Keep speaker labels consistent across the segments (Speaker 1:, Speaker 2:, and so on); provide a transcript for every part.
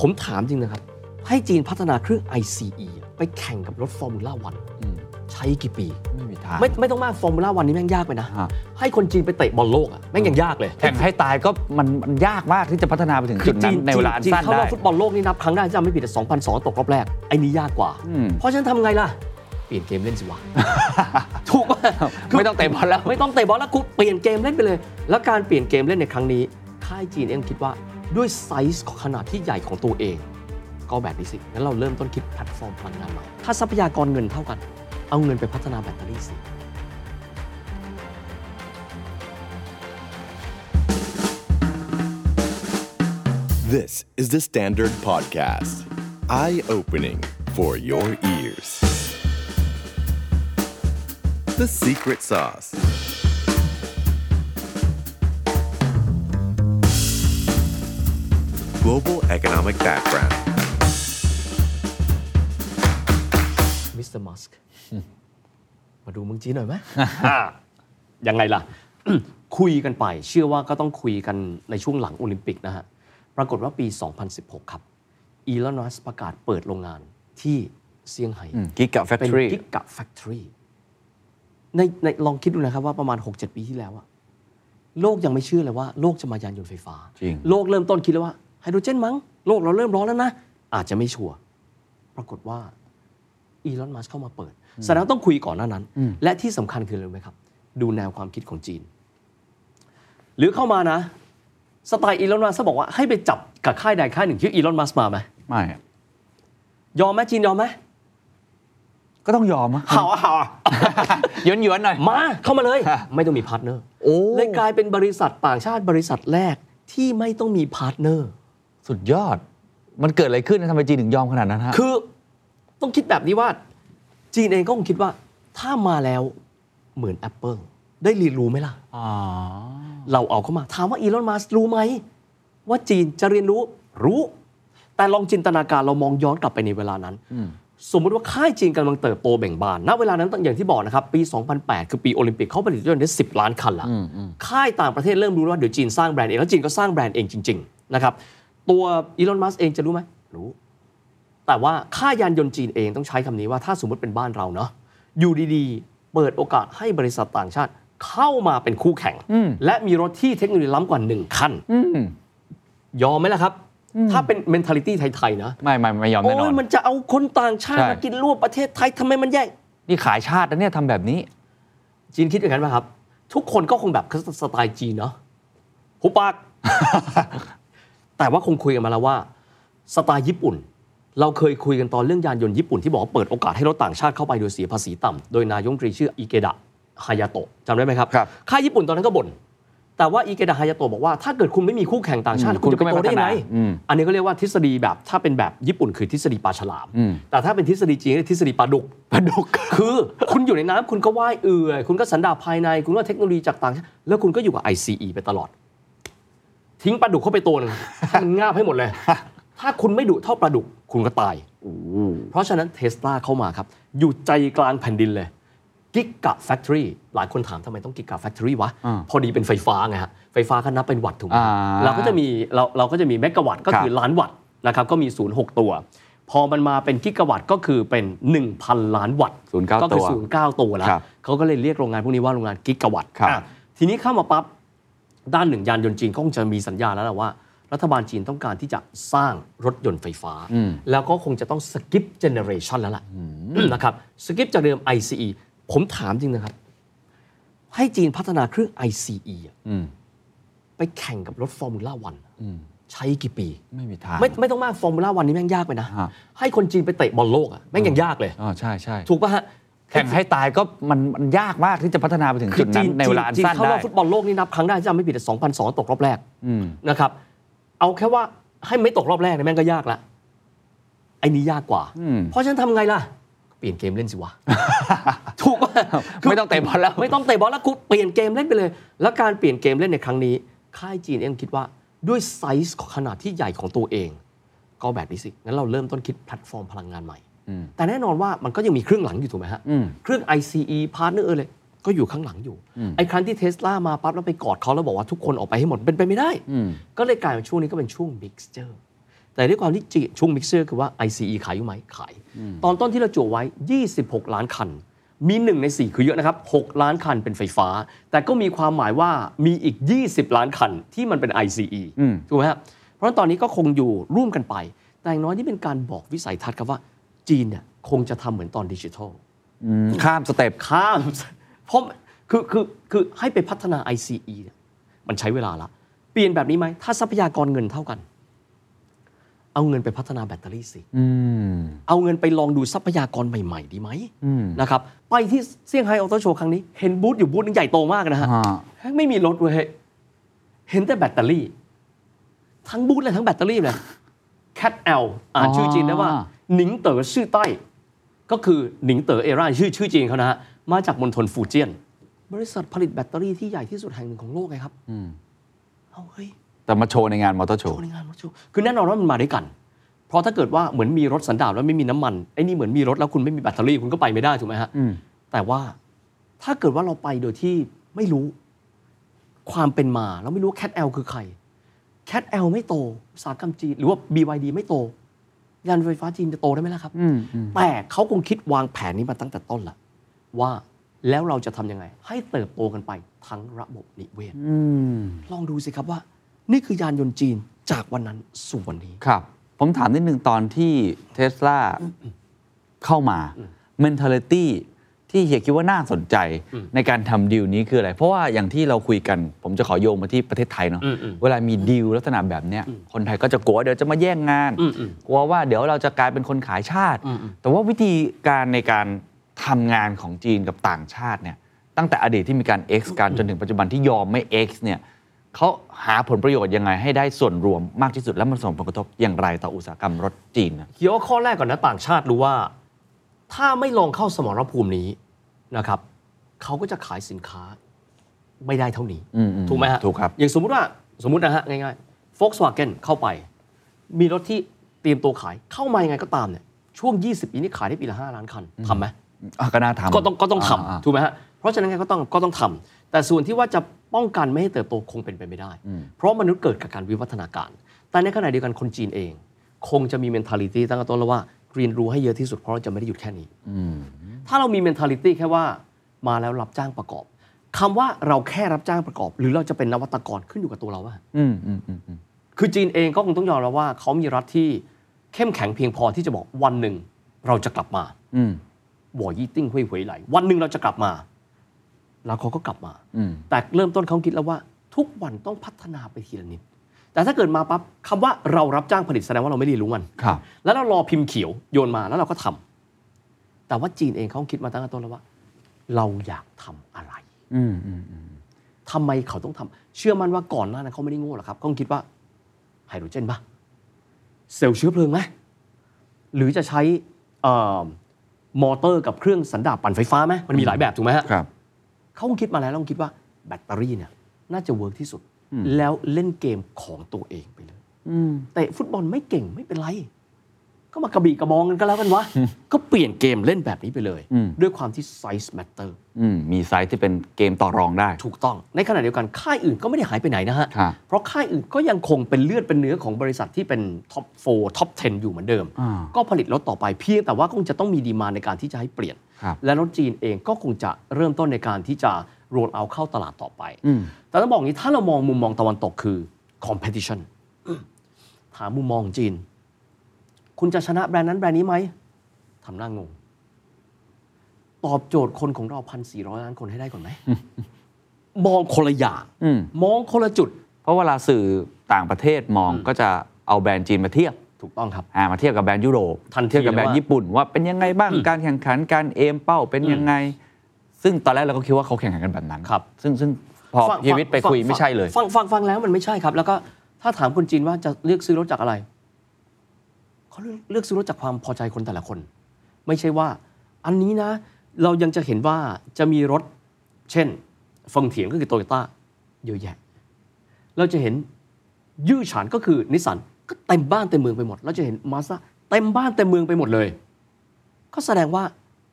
Speaker 1: ผมถามจริงนะครับ ให้จีนพัฒนาเครื่อง ICE อะไปแข่งกับรถฟอร์มูล่าวัน
Speaker 2: อืม
Speaker 1: ใช้กี่ปี
Speaker 2: ไม่มีทาง
Speaker 1: ไม่ไม่ต้องมากฟอร์มูล่าวันนี้แม่งยากไปนะ
Speaker 2: ฮะ
Speaker 1: ให้คนจีนไปเตะบอลโลกอะแม่งยังยากเลย
Speaker 2: แข่งให้ตายก็มันมันยากมากที่จะพัฒนาไปถึงจุดนั้นในเวลาอัน
Speaker 1: จีน
Speaker 2: สั้น
Speaker 1: เข้าร
Speaker 2: ได้
Speaker 1: อบฟุตบอลโลกนี่นับครั้งได้จำไม่ผิดแต่2002 ตกรอบแรกไอ้นี้ยากกว่า
Speaker 2: อืม
Speaker 1: เพราะฉะนันทำไงล่ะ เปลี่ยนเกมเล่นสิวะ ถูกป่ะ
Speaker 2: ไม่ต้องเตะบอลแล้ว
Speaker 1: ไม่ต้องเตะบอลแล้วกูเปลี่ยนเกมเล่นไปเลย แล้วการเปลี่ยนเกมเล่นในครั้งนี้ ค่ายจีนเองคิดว่าด้วยไซส์ขนาดที่ใหญ่ของตัวเอง ก็แบบนี้สิ งั้นเราเริ่มต้นคิดแพลตฟอร์มพลังงานใหม่ ถ้าทรัพยากรเงินเท่ากัน เอาเงินไปพัฒนาแบตเตอรี่สิ
Speaker 3: This is the Standard Podcast. Eye opening for your ears. The Secret Sauce. Global Economic Background.
Speaker 1: มิสเตอร์มัสก์ มาดูเมืองจีนหน่อยไหม ยังไงล่ะ คุยกันไป เชื่อว่าก็ต้องคุยกันในช่วงหลังโอลิมปิกนะฮะ ปรากฏว่าปี 2016 ครับ อีลอนมัสประกาศเปิดโรงงานที่เซี่ยงไฮ้
Speaker 2: กิกกับแฟค
Speaker 1: เป็น
Speaker 2: ทรี
Speaker 1: กิกะแฟคทอรี่ในในลองคิดดูนะครับว่าประมาณ 6-7 ปีที่แล้วอะโลกยังไม่เชื่อเลยว่าโลกจะมายานยนต์ไฟฟ้า
Speaker 2: จริง
Speaker 1: โลกเริ่มต้นคิดแล้วว่าไฮโดรเจนมั้ง โลกเราเริ่มร้อนแล้วนะ อาจจะไม่ชัวร์ปรากฏว่าอีลอนมัสเข้ามาเปิด แสดงว่าต้องคุยก่อนหน้านั้น และที่สำคัญคืออะไรรู้ไหมครับ ดูแนวความคิดของจีน หรือเข้ามานะ สไตล์อีลอนมัสบอกว่าให้ไปจับกับค่ายใดค่ายหนึ่งชื่ออีลอนมัสมาไหม
Speaker 2: ไม่อะ
Speaker 1: ยอมไหมจีนยอมไหม
Speaker 2: ก็ต้องยอมอะ
Speaker 1: เห่าอะเห่าอะ
Speaker 2: ย้อนย้อนๆหน่อย
Speaker 1: มาเข้ามาเลย
Speaker 2: ฮะ
Speaker 1: ไม่ต้องมีพาร์ทเนอร์
Speaker 2: โอ้
Speaker 1: เลยกลายเป็นบริษัทต่างชาติบริษัทแรกที่ไม่ต้องมีพาร์ทเนอร์
Speaker 2: สุดยอด มันเกิดอะไรขึ้นนะทำไมจีนถึงยอมขนาดนั้นฮะ
Speaker 1: คือต้องคิดแบบนี้ว่า จีนเองก็คงคิดว่า ถ้ามาแล้วเหมือน Apple ได้เรียนรู้ไหมล่ะ
Speaker 2: อ๋อ
Speaker 1: เราเอาเข้ามา ถามว่าอีลอนมัสรู้ไหม ว่าจีนจะเรียนรู้รู้ แต่ลองจินตนาการเรามองย้อนกลับไปในเวลานั้น
Speaker 2: อืม
Speaker 1: สมมุติว่าค่ายจีนกำลังเติบโตเบ่งบาน ณ เวลานั้นต้องอย่างที่บอกนะครับ ปี 2008 คือปีโอลิมปิกเขาผลิตรถยนต์ได้ 10 ล้านคันละ
Speaker 2: อืมอืม
Speaker 1: ค่ายต่างประเทศเริ่มรู้แล้วว่าเดี๋ยวจีนสร้างแบรนด์เอง แล้วจีนก็สร้างแบรนด์เองจริง ๆ นะครับ ตัวอีลอนมัสเองจะรู้ไหมรู้ แต่ว่าค่ายานยนต์จีนเองต้องใช้คำนี้ว่าถ้าสมมติเป็นบ้านเราเนาะอยู่ดีๆ เปิดโอกาสให้บริษัทต่างชาติเข้ามาเป็นคู่แข่ง และมีรถที่เทคโนโลยีล้ำกว่าหนึ่งคัน
Speaker 2: อืม
Speaker 1: ยอมไหมล่ะครับ ถ้าเป็นเมนเทลิตี้ไทยๆนะ
Speaker 2: ไม่ไม่ไม่ยอม
Speaker 1: โอ้
Speaker 2: แน่นอยน
Speaker 1: มันจะเอาคนต่างชาติ
Speaker 2: ใช่
Speaker 1: มากินรวบประเทศไทยทำไมมันแย่ง
Speaker 2: นี่ขายชาตินะเนี่ยทำแบบนี้
Speaker 1: จีนคิดอย่างนั้นไหมครับ ทุกคนก็คงแบบสไตล์จีนเนาะหุบปาก แต่ว่าคงคุยกันมาแล้วว่า สไตล์ญี่ปุ่น เราเคยคุยกันตอนเรื่องยานยนต์ญี่ปุ่นที่บอกว่าเปิดโอกาสให้รถต่างชาติเข้าไปโดยเสียภาษีต่ำโดยนายกรัฐมนตรีชื่ออิเกดะฮายาโตะจำได้ไหมครับ
Speaker 2: ครับ
Speaker 1: ค่ายญี่ปุ่นตอนนั้นก็บ่นแต่ว่าอิเกดะฮายาโตะบอกว่าถ้าเกิดคุณไม่มีคู่แข่งต่างชาติ
Speaker 2: อืม
Speaker 1: คุณจะไปโตได้ยังไง
Speaker 2: คุณก็ไม่พัฒนาอืม
Speaker 1: อันนี้ก็เรียกว่าทฤษฎีแบบถ้าเป็นแบบญี่ปุ่นคือทฤษฎีปลาฉลาม
Speaker 2: อืม
Speaker 1: แต่ถ้าเป็นทฤษฎีจีนเรียกทฤษฎีปลาดุก
Speaker 2: ปลาดุก
Speaker 1: คือคุณอยู่ในน้ำคุณก็ว่ายเอื่อย คุณก็สันดาปภายใน คุณก็เทคโนโลยีจากต่างชาติแล้วคุณก็อยู่กับ ICE ไปตลอด ทิ้งปลาดุกเข้าไปตัวหนึ่งให้มันงาบให้หมด เลย ถ้าคุณไม่ดุเท่าปลาดุก คุณก็ตาย เพราะฉะนั้นเทสลาเข้ามาครับ อยู่ใจกลางแผ่นดินเลยกิกะแฟ c ทอรี่หลายคนถามทำไมต้องกิกะแฟ c ทอรี่วะ
Speaker 2: อ่า
Speaker 1: พอดีเป็นไฟฟ้าไงฮะ ไฟฟ้าก็นับเป็นวัตต์ถูกไหม
Speaker 2: อ่า
Speaker 1: เราก็จะมีเราเราก็จะมีเมกะวัตต์ก็
Speaker 2: ครับ
Speaker 1: คือล้านวัตต์นะครับก็มีศูนย์หกตัว พอมันมาเป็นกิกะวัตต์ก็คือเป็น 1,000 ล้านวัตต์
Speaker 2: 09
Speaker 1: ก็คือ
Speaker 2: ตัว
Speaker 1: 09 ตัวแล้ว
Speaker 2: ครับ
Speaker 1: เขาก็เลยเรียกโรงงานพวกนี้ว่าโรงงานกิกะวัตต์
Speaker 2: ครับ
Speaker 1: อ่ะทีนี้เข้ามาปั๊บ ด้านหนึ่งยานยนต์จีนก็คงจะมีสัญญาณแล้วแหละว่า รัฐบาลจีนต้องการที่จะสร้างรถยนต์ไฟฟ้า
Speaker 2: อืม
Speaker 1: แล้วก็คงจะต้องสกิปเจเนเรชันแล้วล่ะนะครับสกิปจากเดิม ICE ผมถามจริงนะครับ ให้จีนพัฒนาเครื่อง ICE อะ
Speaker 2: อืม
Speaker 1: ไปแข่งกับรถฟอร์มูล่าวัน
Speaker 2: อืม
Speaker 1: ใช้กี่ปี
Speaker 2: ไม่มีทาง
Speaker 1: ไม่ไม่ต้องมากฟอร์มูล่าวันนี้แม่งยากไปนะ
Speaker 2: ฮะ
Speaker 1: ให้คนจีนไปเตะบอลโลกอะแม่งยังยากเลย
Speaker 2: อ๋อใช่ใช่
Speaker 1: ถูกป่ะฮะ
Speaker 2: แข่งให้ตายก็มันมันยากมากที่จะพัฒนาไปถึง
Speaker 1: คื
Speaker 2: จุ
Speaker 1: อ
Speaker 2: ด
Speaker 1: จี
Speaker 2: นั้น
Speaker 1: น
Speaker 2: ในเวลาอัน
Speaker 1: จีน
Speaker 2: สั้น
Speaker 1: เข้าร
Speaker 2: ได้
Speaker 1: อบฟุตบอลโลกนี่นับครั้งได้จำไม่ผิดแต่2002 ตกรอบแรก
Speaker 2: อืม
Speaker 1: นะครับ เอาแค่ว่าให้ไม่ตกรอบแรกเนี่ยแม่งก็ยากละไอ้นี้ยากกว่า
Speaker 2: อืม
Speaker 1: เพราะฉะนันทำไงล่ะ เปลี่ยนเกมเล่นสิวะ ถูกป่ะ
Speaker 2: ไม่ต้องเตะบอลแล้ว
Speaker 1: ไม่ต้องเตะบอลแล้วกูเปลี่ยนเกมเล่นไปเลย แล้วการเปลี่ยนเกมเล่นในครั้งนี้ ค่ายจีนเองคิดว่าด้วยไซส์ขนาดที่ใหญ่ของตัวเอง ก็แบบนี้สิงั้นเราเริ่มต้นคิดแพลตฟอร์มพลังงานใหม่
Speaker 2: อืม
Speaker 1: แต่แน่นอนว่ามันก็ยังมีเครื่องหลังอยู่ถูกไหมฮะ
Speaker 2: อืม
Speaker 1: เครื่อง ICE พาร์ทเนอร์เลยก็อยู่ข้างหลังอยู่
Speaker 2: อืม
Speaker 1: ไอ้ครั้งที่เทสลามาปั๊บแล้วไปกอดเขาแล้วบอกว่าทุกคนออกไปให้หมดเป็นไปไม่ได้
Speaker 2: อืม
Speaker 1: ก็เลยกลายเป็นช่วงนี้ก็เป็นช่วง mixture แต่ด้วยความที่จิชุงมิกเซอร์คือว่า ICE ขายอยู่ไหมขาย ตอนต้นที่เราจั่วไว้ 26 ล้านคัน มี 1 ใน 4 คือเยอะนะครับ 6 ล้านคันเป็นไฟฟ้า แต่ก็มีความหมายว่ามีอีก 20 ล้านคันที่มันเป็น ICE ถูกไหมครับเพราะฉะนั้นตอนนี้ก็คงอยู่ร่วมกันไป แต่อย่างน้อยนี่เป็นการบอกวิสัยทัศน์ครับว่าจีนเนี่ยคงจะทำเหมือนตอนดิจิทัล
Speaker 2: ข้ามสเต็ป
Speaker 1: ข้าม เพราะคือคือคือให้ไปพัฒนา ICE เนี่ยมันใช้เวลาละ เปลี่ยนแบบนี้ไหม ถ้าทรัพยากรเงินเท่ากัน เอาเงินไปพัฒนาแบตเตอรี่สิ
Speaker 2: อืม
Speaker 1: เอาเงินไปลองดูทรัพยากรใหม่ๆ ดีไหมนะครับ ไปที่เซี่ยงไฮ้ออโต้โชว์ครั้งนี้ เห็นบูธอยู่บูธหนึงใหญ่โตมากนะฮะ
Speaker 2: อ่า
Speaker 1: แม่งไม่มีรถเว้ยเห็นแต่แบตเตอรี่ ทั้งบูธเลยทั้งแบตเตอรี่เลย Cat L อ่านชื่อจีนได้ว่า หนิงเต๋อชื่อใต้ ก็คือหนิงเต๋อเอราชื่อชื่อจีนเขานะฮะมาจากมณฑลฟูเจียน บริษัทผลิตแบตเตอรี่ที่ใหญ่ที่สุดแห่งหนึ่งของโลกไงครับเอาเฮ้ย
Speaker 2: แต่มาโชว์ในงานมอเตอร์โช
Speaker 1: โช
Speaker 2: ว์
Speaker 1: ว์ในงานรถโชว์คือแน่นอนว่ามันมาด้วยกัน เพราะถ้าเกิดว่าเหมือนมีรถสันดาปแล้วไม่มีน้ำมัน ไอ้นี่เหมือนมีรถแล้วคุณไม่มีแบตเตอรี่คุณก็ไปไม่ได้ถูกไหมฮะ แต่ว่าถ้าเกิดว่าเราไปโดยที่ไม่รู้ความเป็นมา เราไม่รู้แคทแอลคือใคร แคทแอลไม่โต อุตสาหกรรมจีน หรือว่า BYD ไม่โต ยานไฟฟ้าจีนจะโตได้ไหมล่ะครับ แต่เขาคงคิดวางแผนนี้มาตั้งแต่ต้นละว่าแล้วเราจะทำยังไง ให้เติบโตกันไปทั้งระบบนิเวศ ลองดูสิครับว่า นี่คือยานยนต์จีนจากวันนั้นสู่วันนี้
Speaker 2: ครับ ผมถามนิดนึงตอนที่เทสลาเข้ามา mentality ที่เฮียคิดว่าน่าสนใจในการทำดีลนี้คืออะไร เพราะว่าอย่างที่เราคุยกัน ผมจะขอโยงมาที่ประเทศไทยเนาะ
Speaker 1: อืมอืม
Speaker 2: เวลามีดีลลักษณะแบบเนี้ยคนไทยก็จะกลัวเดี๋ยวจะมาแย่งงาน
Speaker 1: อืมอืม
Speaker 2: กลัวว่าเดี๋ยวเราจะกลายเป็นคนขายชาติ
Speaker 1: อืมอืม
Speaker 2: แต่ว่าวิธีการในการทำงานของจีนกับต่างชาติเนี่ยตั้งแต่อดีตที่มีการ X กันจนถึงปัจจุบันที่ยอมไม่ X เนี่ยเขาหาผลประโยชน์ยังไงให้ได้ส่วนรวมมากที่สุดและมันส่งผลกระทบอย่างไรต่ออุตสาหกรรมรถจีนนะ
Speaker 1: เขียวว่าข้อแรกก่อนนะต่างชาติรู้ว่า ถ้าไม่ลองเข้าสมรภูมินี้นะครับเขาก็จะขายสินค้าไม่ได้เท่านี้
Speaker 2: อืมอืม
Speaker 1: ถูกไหมฮะ
Speaker 2: ถูกครับ
Speaker 1: อย่างสมมุติว่าสมมุตินะฮะง่ายๆ Volkswagen เข้าไป มีรถที่เตรียมตัวขายเข้ามายังไงก็ตามเนี่ยช่วง 20 ปีนี้ขายได้ปีละ 5 ล้านคันทำไหม
Speaker 2: อ่ะก็น่าทำ
Speaker 1: ก็ต้องก็ต้อง
Speaker 2: า
Speaker 1: ทำถูกไหมฮะ เพราะฉะนั้นไงก็ต้องก็ต้องทำแต่ส่วนที่ว่าจะป้องกันไม่ให้เติบโตคงเป็นไปไม่ได้ เพราะมนุษย์เกิดกับการวิวัฒนาการ แต่ในขณะเดียวกันคนจีนเอง คงจะมี mentality ตั้งแต่ต้นแล้วว่าเรียนรู้ให้เยอะที่สุดเพราะเราจะไม่ได้หยุดแค่นี้ ถ้าเรามี mentality แค่ว่ามาแล้วรับจ้างประกอบคำว่าเราแค่รับจ้างประกอบ หรือเราจะเป็นนวัตกรขึ้นอยู่กับตัวเราว่า
Speaker 2: อืมอืมอืมอืม
Speaker 1: คือจีนเองก็คงต้องยอมรับว่าเขามีรัฐที่เข้มแข็งเพียงพอที่จะบอกวันหนึ่งเราจะกลับมา
Speaker 2: อืม
Speaker 1: บ่อยี่ติ้งห้วยหวยไหล วันหนึ่งเราจะกลับมา แล้วเขาก็กลับมา
Speaker 2: อืม
Speaker 1: แต่เริ่มต้นเขาคิดแล้วว่า ทุกวันต้องพัฒนาไปทีละนิด แต่ถ้าเกิดมาปั๊บคำว่าเรารับจ้างผลิตแสดงว่าเราไม่เรียนรู้มัน
Speaker 2: ครับ
Speaker 1: แล้วเรารอพิมพ์เขียวโยนมาแล้วเราก็ทำแต่ว่าจีนเองเขาคิดมาตั้งแต่ต้นแล้วว่า เราอยากทำอะไร
Speaker 2: อืมอืมอืม
Speaker 1: ทำไมเขาต้องทำเชื่อมั่นว่าก่อนหน้านั้นเขาไม่ได้โง่หรอกครับเขาคิดว่าไฮโดรเจนปะเซลล์เชื้อเพลิงไหมหรือจะใช้เอ่อมอเตอร์กับเครื่องสันดาปปั่นไฟฟ้าไหมมันมีหลายแบบถูกไหมฮะ
Speaker 2: ครับ
Speaker 1: เขาคงคิดมาแล้วแล้วคงคิดว่าแบตเตอรี่เนี่ยน่าจะเวิร์กที่สุด แล้วเล่นเกมของตัวเองไปเลยเตะฟุตบอลไม่เก่งไม่เป็นไร ก็มากระบี่กระบองกันก็แล้วกันวะ ก็เปลี่ยนเกมเล่นแบบนี้ไปเลย
Speaker 2: อืม
Speaker 1: ด้วยความที่ size matter
Speaker 2: อืมมีไซส์ที่เป็นเกมต่อรองได้
Speaker 1: ถูกต้อง ในขณะเดียวกันค่ายอื่นก็ไม่ได้หายไปไหนนะฮะ
Speaker 2: ครับ
Speaker 1: เพราะค่ายอื่นก็ยังคงเป็นเลือดเป็นเนื้อของบริษัทที่เป็นท็อป4ท็อป 10 อยู่เหมือนเดิม
Speaker 2: อ่า
Speaker 1: ก็ผลิตรถต่อไปเพียงแต่ว่าคงจะต้องมีดีมานในการที่จะให้เปลี่ยน
Speaker 2: ครับ
Speaker 1: และรถจีนเองก็คงจะเริ่มต้นในการที่จะโรลเอาเข้าตลาดต่อไป
Speaker 2: อืม
Speaker 1: แต่ต้องบอกอย่างนี้ถ้าเรามองมุมมองตะวันตกคือ competition ถามมุมมองจีน คุณจะชนะแบรนด์นั้นแบรนด์นี้ไหมทำหน้างง ตอบโจทย์คนของเราพันสี่ร้อยล้านคนให้ได้ก่อนไห ม มองคนละอย่าง
Speaker 2: อืม
Speaker 1: มองคนละจุด
Speaker 2: เพราะเวลาสื่อต่างประเทศมองก็จะเอาแบรนด์จีนมาเทียบ
Speaker 1: ถูกต้องครับ
Speaker 2: อ่ามาเทียบกับแบรนด์ยุโรป
Speaker 1: ทันที
Speaker 2: เทียบกับแบรน
Speaker 1: เลย
Speaker 2: ด์
Speaker 1: ว่า
Speaker 2: ญี่ปุ่นว่าเป็นยังไงบ้างการแข่งขันการเอมเป้าเป็นยังไง ซึ่งตอนแรกเราก็คิดว่าเขาแข่งขันกันแบบนั้น
Speaker 1: ครับ
Speaker 2: ซึ่งซึ่งพอ
Speaker 1: ฟัง
Speaker 2: ชีวิตไป
Speaker 1: ฟัง
Speaker 2: คุย
Speaker 1: ฟัง
Speaker 2: ไม่ใช่เลย
Speaker 1: ฟังฟังฟังแล้วมันไม่ใช่ครับ แล้วก็ถ้าถามคนจีนว่าจะเลือกซื้อรถจากอะไรเขาเลือกเลือกซื้อรถจากความพอใจคนแต่ละคน ไม่ใช่ว่า อันนี้นะ เรายังจะเห็นว่าจะมีรถ เช่นเฟังเถียงก็คือโตโยต้าเยอะแยะ เราจะเห็นยื่อฉานก็คือนิสสันก็เต็มบ้านเต็มเมืองไปหมด เราจะเห็นมาซ่าเต็มบ้านเต็มเมืองไปหมดเลย ก็แสดงว่า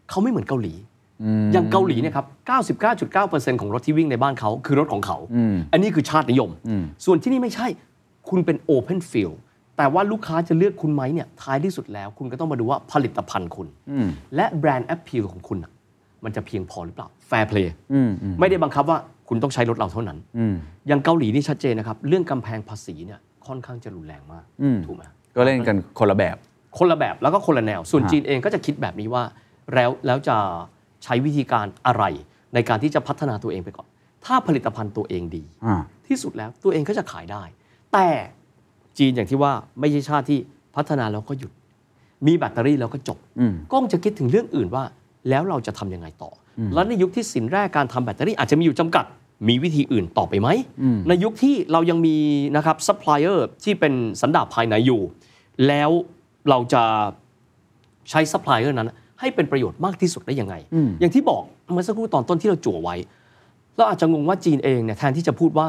Speaker 1: เขาไม่เหมือนเกาหลี อย่างเกาหลีเนี่ยครับ 99.9%ของรถที่วิ่งในบ้านเขาคือรถของเขา อันนี้คือชาตินิยม ส่วนที่นี่ไม่ใช่ คุณเป็น Open Field แต่ว่าลูกค้าจะเลือกคุณไหมเนี่ยท้ายที่สุดแล้ว คุณก็ต้องมาดูว่าผลิตภัณฑ์คุณ
Speaker 2: อืม
Speaker 1: และแบรนด์แอปพ l ของคุณน่ะมันจะเพียงพอหรือเปล่าแฟร์เพลย์
Speaker 2: อืมอืม
Speaker 1: ไม่ได้บังคับว่าคุณต้องใช้รถเราเท่านั้น
Speaker 2: อืม
Speaker 1: อย่างเกาหลีนี่ชัดเจนนะครับ เรื่องกำแพงภาษีเนี่ยค่อนข้างจะรุนแรงมาก
Speaker 2: อืม
Speaker 1: ถูกไหม
Speaker 2: ก็เล่นกันคนละแบบ
Speaker 1: คนละแบบแล้วก็คนละแนว ส่วน
Speaker 2: ฮะ
Speaker 1: จีนเองก็จะคิดแบบนี้ว่า แล้วแล้วจะใช้วิธีการอะไร ในการที่จะพัฒนาตัวเองไปก่อน ถ้าผลิตภัณฑ์ตัวเองดี
Speaker 2: อ่า
Speaker 1: ที่สุดแล้วตัวเองก็จะขายได้ แต่จีนอย่างที่ว่าไม่ใช่ชาติที่พัฒนาแล้วก็หยุด มีแบตเตอรี่แล้วก็จบ
Speaker 2: อืม
Speaker 1: ก้องจะคิดถึงเรื่องอื่นว่า แล้วเราจะทำยังไงต่ออแล้วในยุคที่สินแร่การทำแบตเตอรี่อาจจะมีอยู่จำกัด มีวิธีอื่นต่อไปไหม ในยุคที่เรายังมีนะครับซัพพลายเออร์ที่เป็นสันดาปภายในอยู่ แล้วเราจะใช้ซัพพลายเออร์นั้น ให้เป็นประโยชน์มากที่สุดได้ยังไง
Speaker 2: อืม
Speaker 1: อย่างที่บอกเมื่อสักครู่ตอนต้นที่เราจั่วไว้ เราอาจจะงงว่าจีนเองเนี่ยแทนที่จะพูดว่า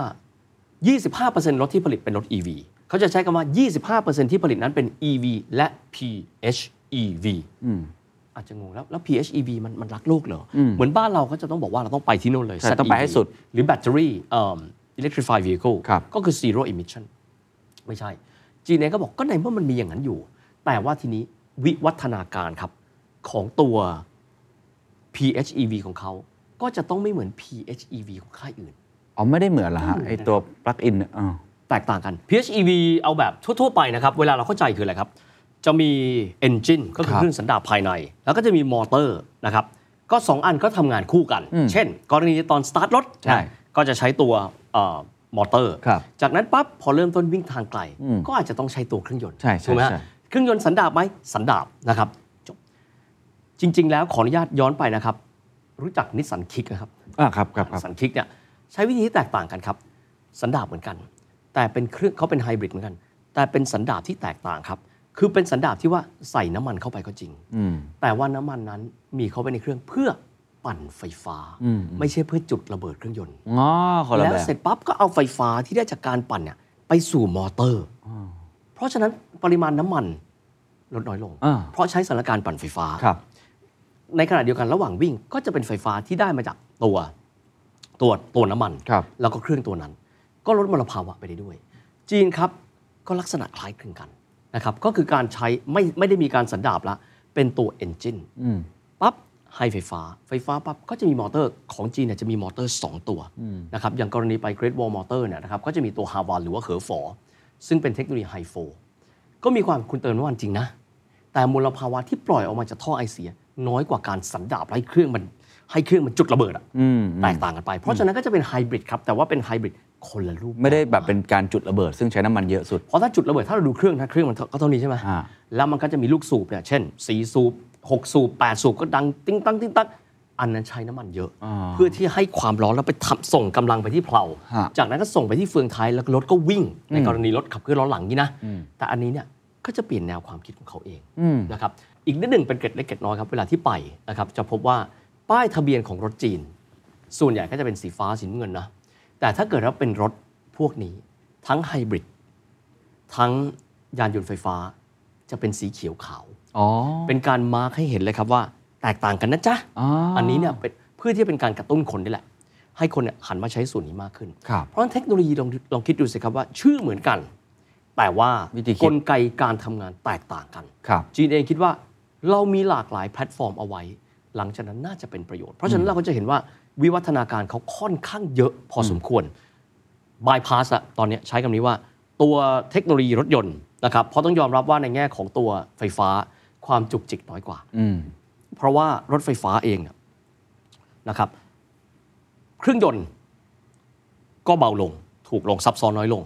Speaker 1: 25%รถที่ผลิตเป็นรถ EV เขาจะใช้คำว่า 25%ที่ผลิตนั้นเป็น EV และ PHEV
Speaker 2: อืม
Speaker 1: อาจจะงงแล้วแล้ว PHEV มันมันรักโลกเหรออ
Speaker 2: ม
Speaker 1: เหมือนบ้านเราก็จะต้องบอกว่าเราต้องไปที่โน่นเลย
Speaker 2: ใช่ต้องไป
Speaker 1: ZEV
Speaker 2: ให้สุด
Speaker 1: หรือแบตเตอรี่เอ่อ electrified vehicle
Speaker 2: ครับ
Speaker 1: ก็คือ zero emission ไม่ใช่ จีนเองก็บอกก็ในเมื่อมันมีอย่างนั้นอยู่ แต่ว่าทีนี้วิวัฒนาการครับ ของตัว PHEV ของเขา ก็จะต้องไม่เหมือน PHEV ของค่ายอื่น
Speaker 2: อ๋อไม่ได้เหมือนละฮะไอตัวปลั๊กอินยอ่า
Speaker 1: แตกต่างกัน PHEV เอาแบบทั่ว ๆ ไปนะครับ เวลาเราเข้าใจคืออะไรครับ จะมี engine ก็คือ
Speaker 2: ครับ
Speaker 1: เครื่องสันดาปภายใน แล้วก็จะมีมอเตอร์นะครับ ก็ 2 อันก็ทำงานคู่กัน
Speaker 2: อืม
Speaker 1: เช่น กรณีตอนสตาร์ทรถ
Speaker 2: ใช่
Speaker 1: นะก็จะใช้ตัวเอ่อมอเตอร์
Speaker 2: ครับ
Speaker 1: จากนั้นปั๊บพอเริ่มต้นวิ่งทางไกล
Speaker 2: อืม
Speaker 1: ก็อาจจะต้องใช้ตัวเครื่องยนต์
Speaker 2: ใช่ใช่
Speaker 1: ถูกไหมฮะ
Speaker 2: ใช่
Speaker 1: เครื่องยนต์สันดาปไหมสันดาปนะครับจบจริง ๆ แล้วขออนุญาตย้อนไปนะครับ รู้จักนิสสันคิกนะครับ
Speaker 2: อ่าครับครับครับ
Speaker 1: สันคิกเนี่ยใช้วิธีที่แตกต่างกันครับ สันดาบเหมือนกัน แต่เป็นเครื่องเขาเป็นไฮบริดเหมือนกัน แต่เป็นสันดาบที่แตกต่างครับ คือเป็นสันดาบที่ว่าใส่น้ำมันเข้าไปก็จริง
Speaker 2: อืม
Speaker 1: แต่ว่าน้ำมันนั้นมีเข้าไปในเครื่องเพื่อปั่นไฟฟ้า
Speaker 2: อืม
Speaker 1: ไม่ใช่เพื่อจุดระเบิดเครื่องยนต์
Speaker 2: อ๋อคนละ
Speaker 1: แล้ว
Speaker 2: แบบ
Speaker 1: เสร็จปั๊บก็เอาไฟฟ้าที่ได้จากการปั่นเนี่ยไปสู่มอเตอร์
Speaker 2: อ๋อ
Speaker 1: เพราะฉะนั้นปริมาณน้ำมันลดน้อยลง
Speaker 2: อ่า
Speaker 1: เพราะใช้สารการปั่นไฟฟ้า
Speaker 2: ครับ
Speaker 1: ในขณะเดียวกันระหว่างวิ่งก็จะเป็นไฟฟ้าที่ได้มาจากตัวตัวตัวน้ำมัน
Speaker 2: ครับ
Speaker 1: แล้วก็เครื่องตัวนั้น ก็ลดมลภาวะไปได้ด้วย จีนครับก็ลักษณะคล้ายคลึงกันนะครับก็คือการใช้ไม่ไม่ได้มีการสันดาบละเป็นตัว engine
Speaker 2: อืม
Speaker 1: ปั๊บให้ไฟฟ้า ไฟฟ้าปั๊บก็จะมีมอเตอร์ของจีนเนี่ยจะมีมอเตอร์ 2 ตัวนะครับอย่างกรณีไป Great Wall Motor เนี่ยนะครับก็จะมีตัวฮาวานหรือว่าเหอฝอ ซึ่งเป็นเทคโนโลยีไฮโฟก็มีความคุณเติมน้ำมันจริงนะ แต่มลภาวะที่ปล่อยออกมาจากท่อไอเสีย น้อยกว่าการสันดาบไล่เครื่องมันให้เครื่องมันจุดระเบิดอะ
Speaker 2: อืม
Speaker 1: แตกต่างกันไป เพราะฉะนั้นก็จะเป็นไฮบริดครับแต่ว่าเป็นไฮบริดคนละรูป
Speaker 2: ไม่ได้แบบเป็นการจุดระเบิด ซึ่งใช้น้ำมันเยอะสุด
Speaker 1: เพราะถ้าจุดระเบิดถ้าเราดูเครื่องนะเครื่องมันก็เท่านี้ใช่ไหม
Speaker 2: อ่า
Speaker 1: แล้วมันก็จะมีลูกสูบเนี่ยเช่น 4 สูบ 6 สูบ 8 สูบก็ดังติ้งตั้งติ้งตั้งอันนั้นใช้น้ำมันเยอะ เพื่อที่ให้ความร้อนแล้วไปทำส่งกำลังไปที่เพลา
Speaker 2: ฮะ
Speaker 1: จากนั้นก็ส่งไปที่เฟืองท้ายแล้วรถก็วิ่ง ในกรณีรถขับเคลื่อนล้อหลังนี่นะแต่อันนี้เนี่ยก็จะเปลี่ยนแนวความคิดของเขาเอง
Speaker 2: อืม
Speaker 1: นะครับอีกนิดหนึ่งเป็นเกร็ดเล็กเกร็ดน้อยครับ เวลาที่ไปนะครับจะพบว่าป้ายทะเบียนของรถจีน ส่วนใหญ่ก็จะเป็นสีฟ้าสีน้ำเงินนะ แต่ถ้าเกิดว่าเป็นรถพวกนี้ ทั้งไฮบริดทั้งยานยนต์ไฟฟ้า จะเป็นสีเขียวขาว
Speaker 2: อ๋อ
Speaker 1: เป็นการมาร์คให้เห็นเลยครับว่า แตกต่างกันนะจ๊ะ
Speaker 2: อ๋ออั
Speaker 1: นนี้เนี่ยเป็นเพื่อที่จะเป็นการกระตุ้นคนนี่แหละ ให้คนเนี่ยหันมาใช้ส่วนนี้มากขึ้น
Speaker 2: ครับ
Speaker 1: เพราะฉะนั้นเทคโนโลยีลองลองคิดดูสิครับว่า ชื่อเหมือนกัน แต่ว่า
Speaker 2: วิธีคิด
Speaker 1: กลไกการทำงานแตกต่างกัน
Speaker 2: ครับ
Speaker 1: จีนเองคิดว่าเรามีหลากหลายแพลตฟอร์มเอาไว้ หลังจากนั้นน่าจะเป็นประโยชน์ เพราะฉะนั้นเราก็จะเห็นว่าวิวัฒนาการเขาค่อนข้างเยอะพอสมควรบายพาสอะตอนเนี้ยใช้คำนี้ว่าตัวเทคโนโลยีรถยนต์นะครับเพราะต้องยอมรับว่าในแง่ของตัวไฟฟ้าความจุกจิกน้อยกว่า
Speaker 2: อืม
Speaker 1: เพราะว่ารถไฟฟ้าเองเนี่ยนะครับ เครื่องยนต์ก็เบาลง ถูกลงซับซ้อนน้อยลง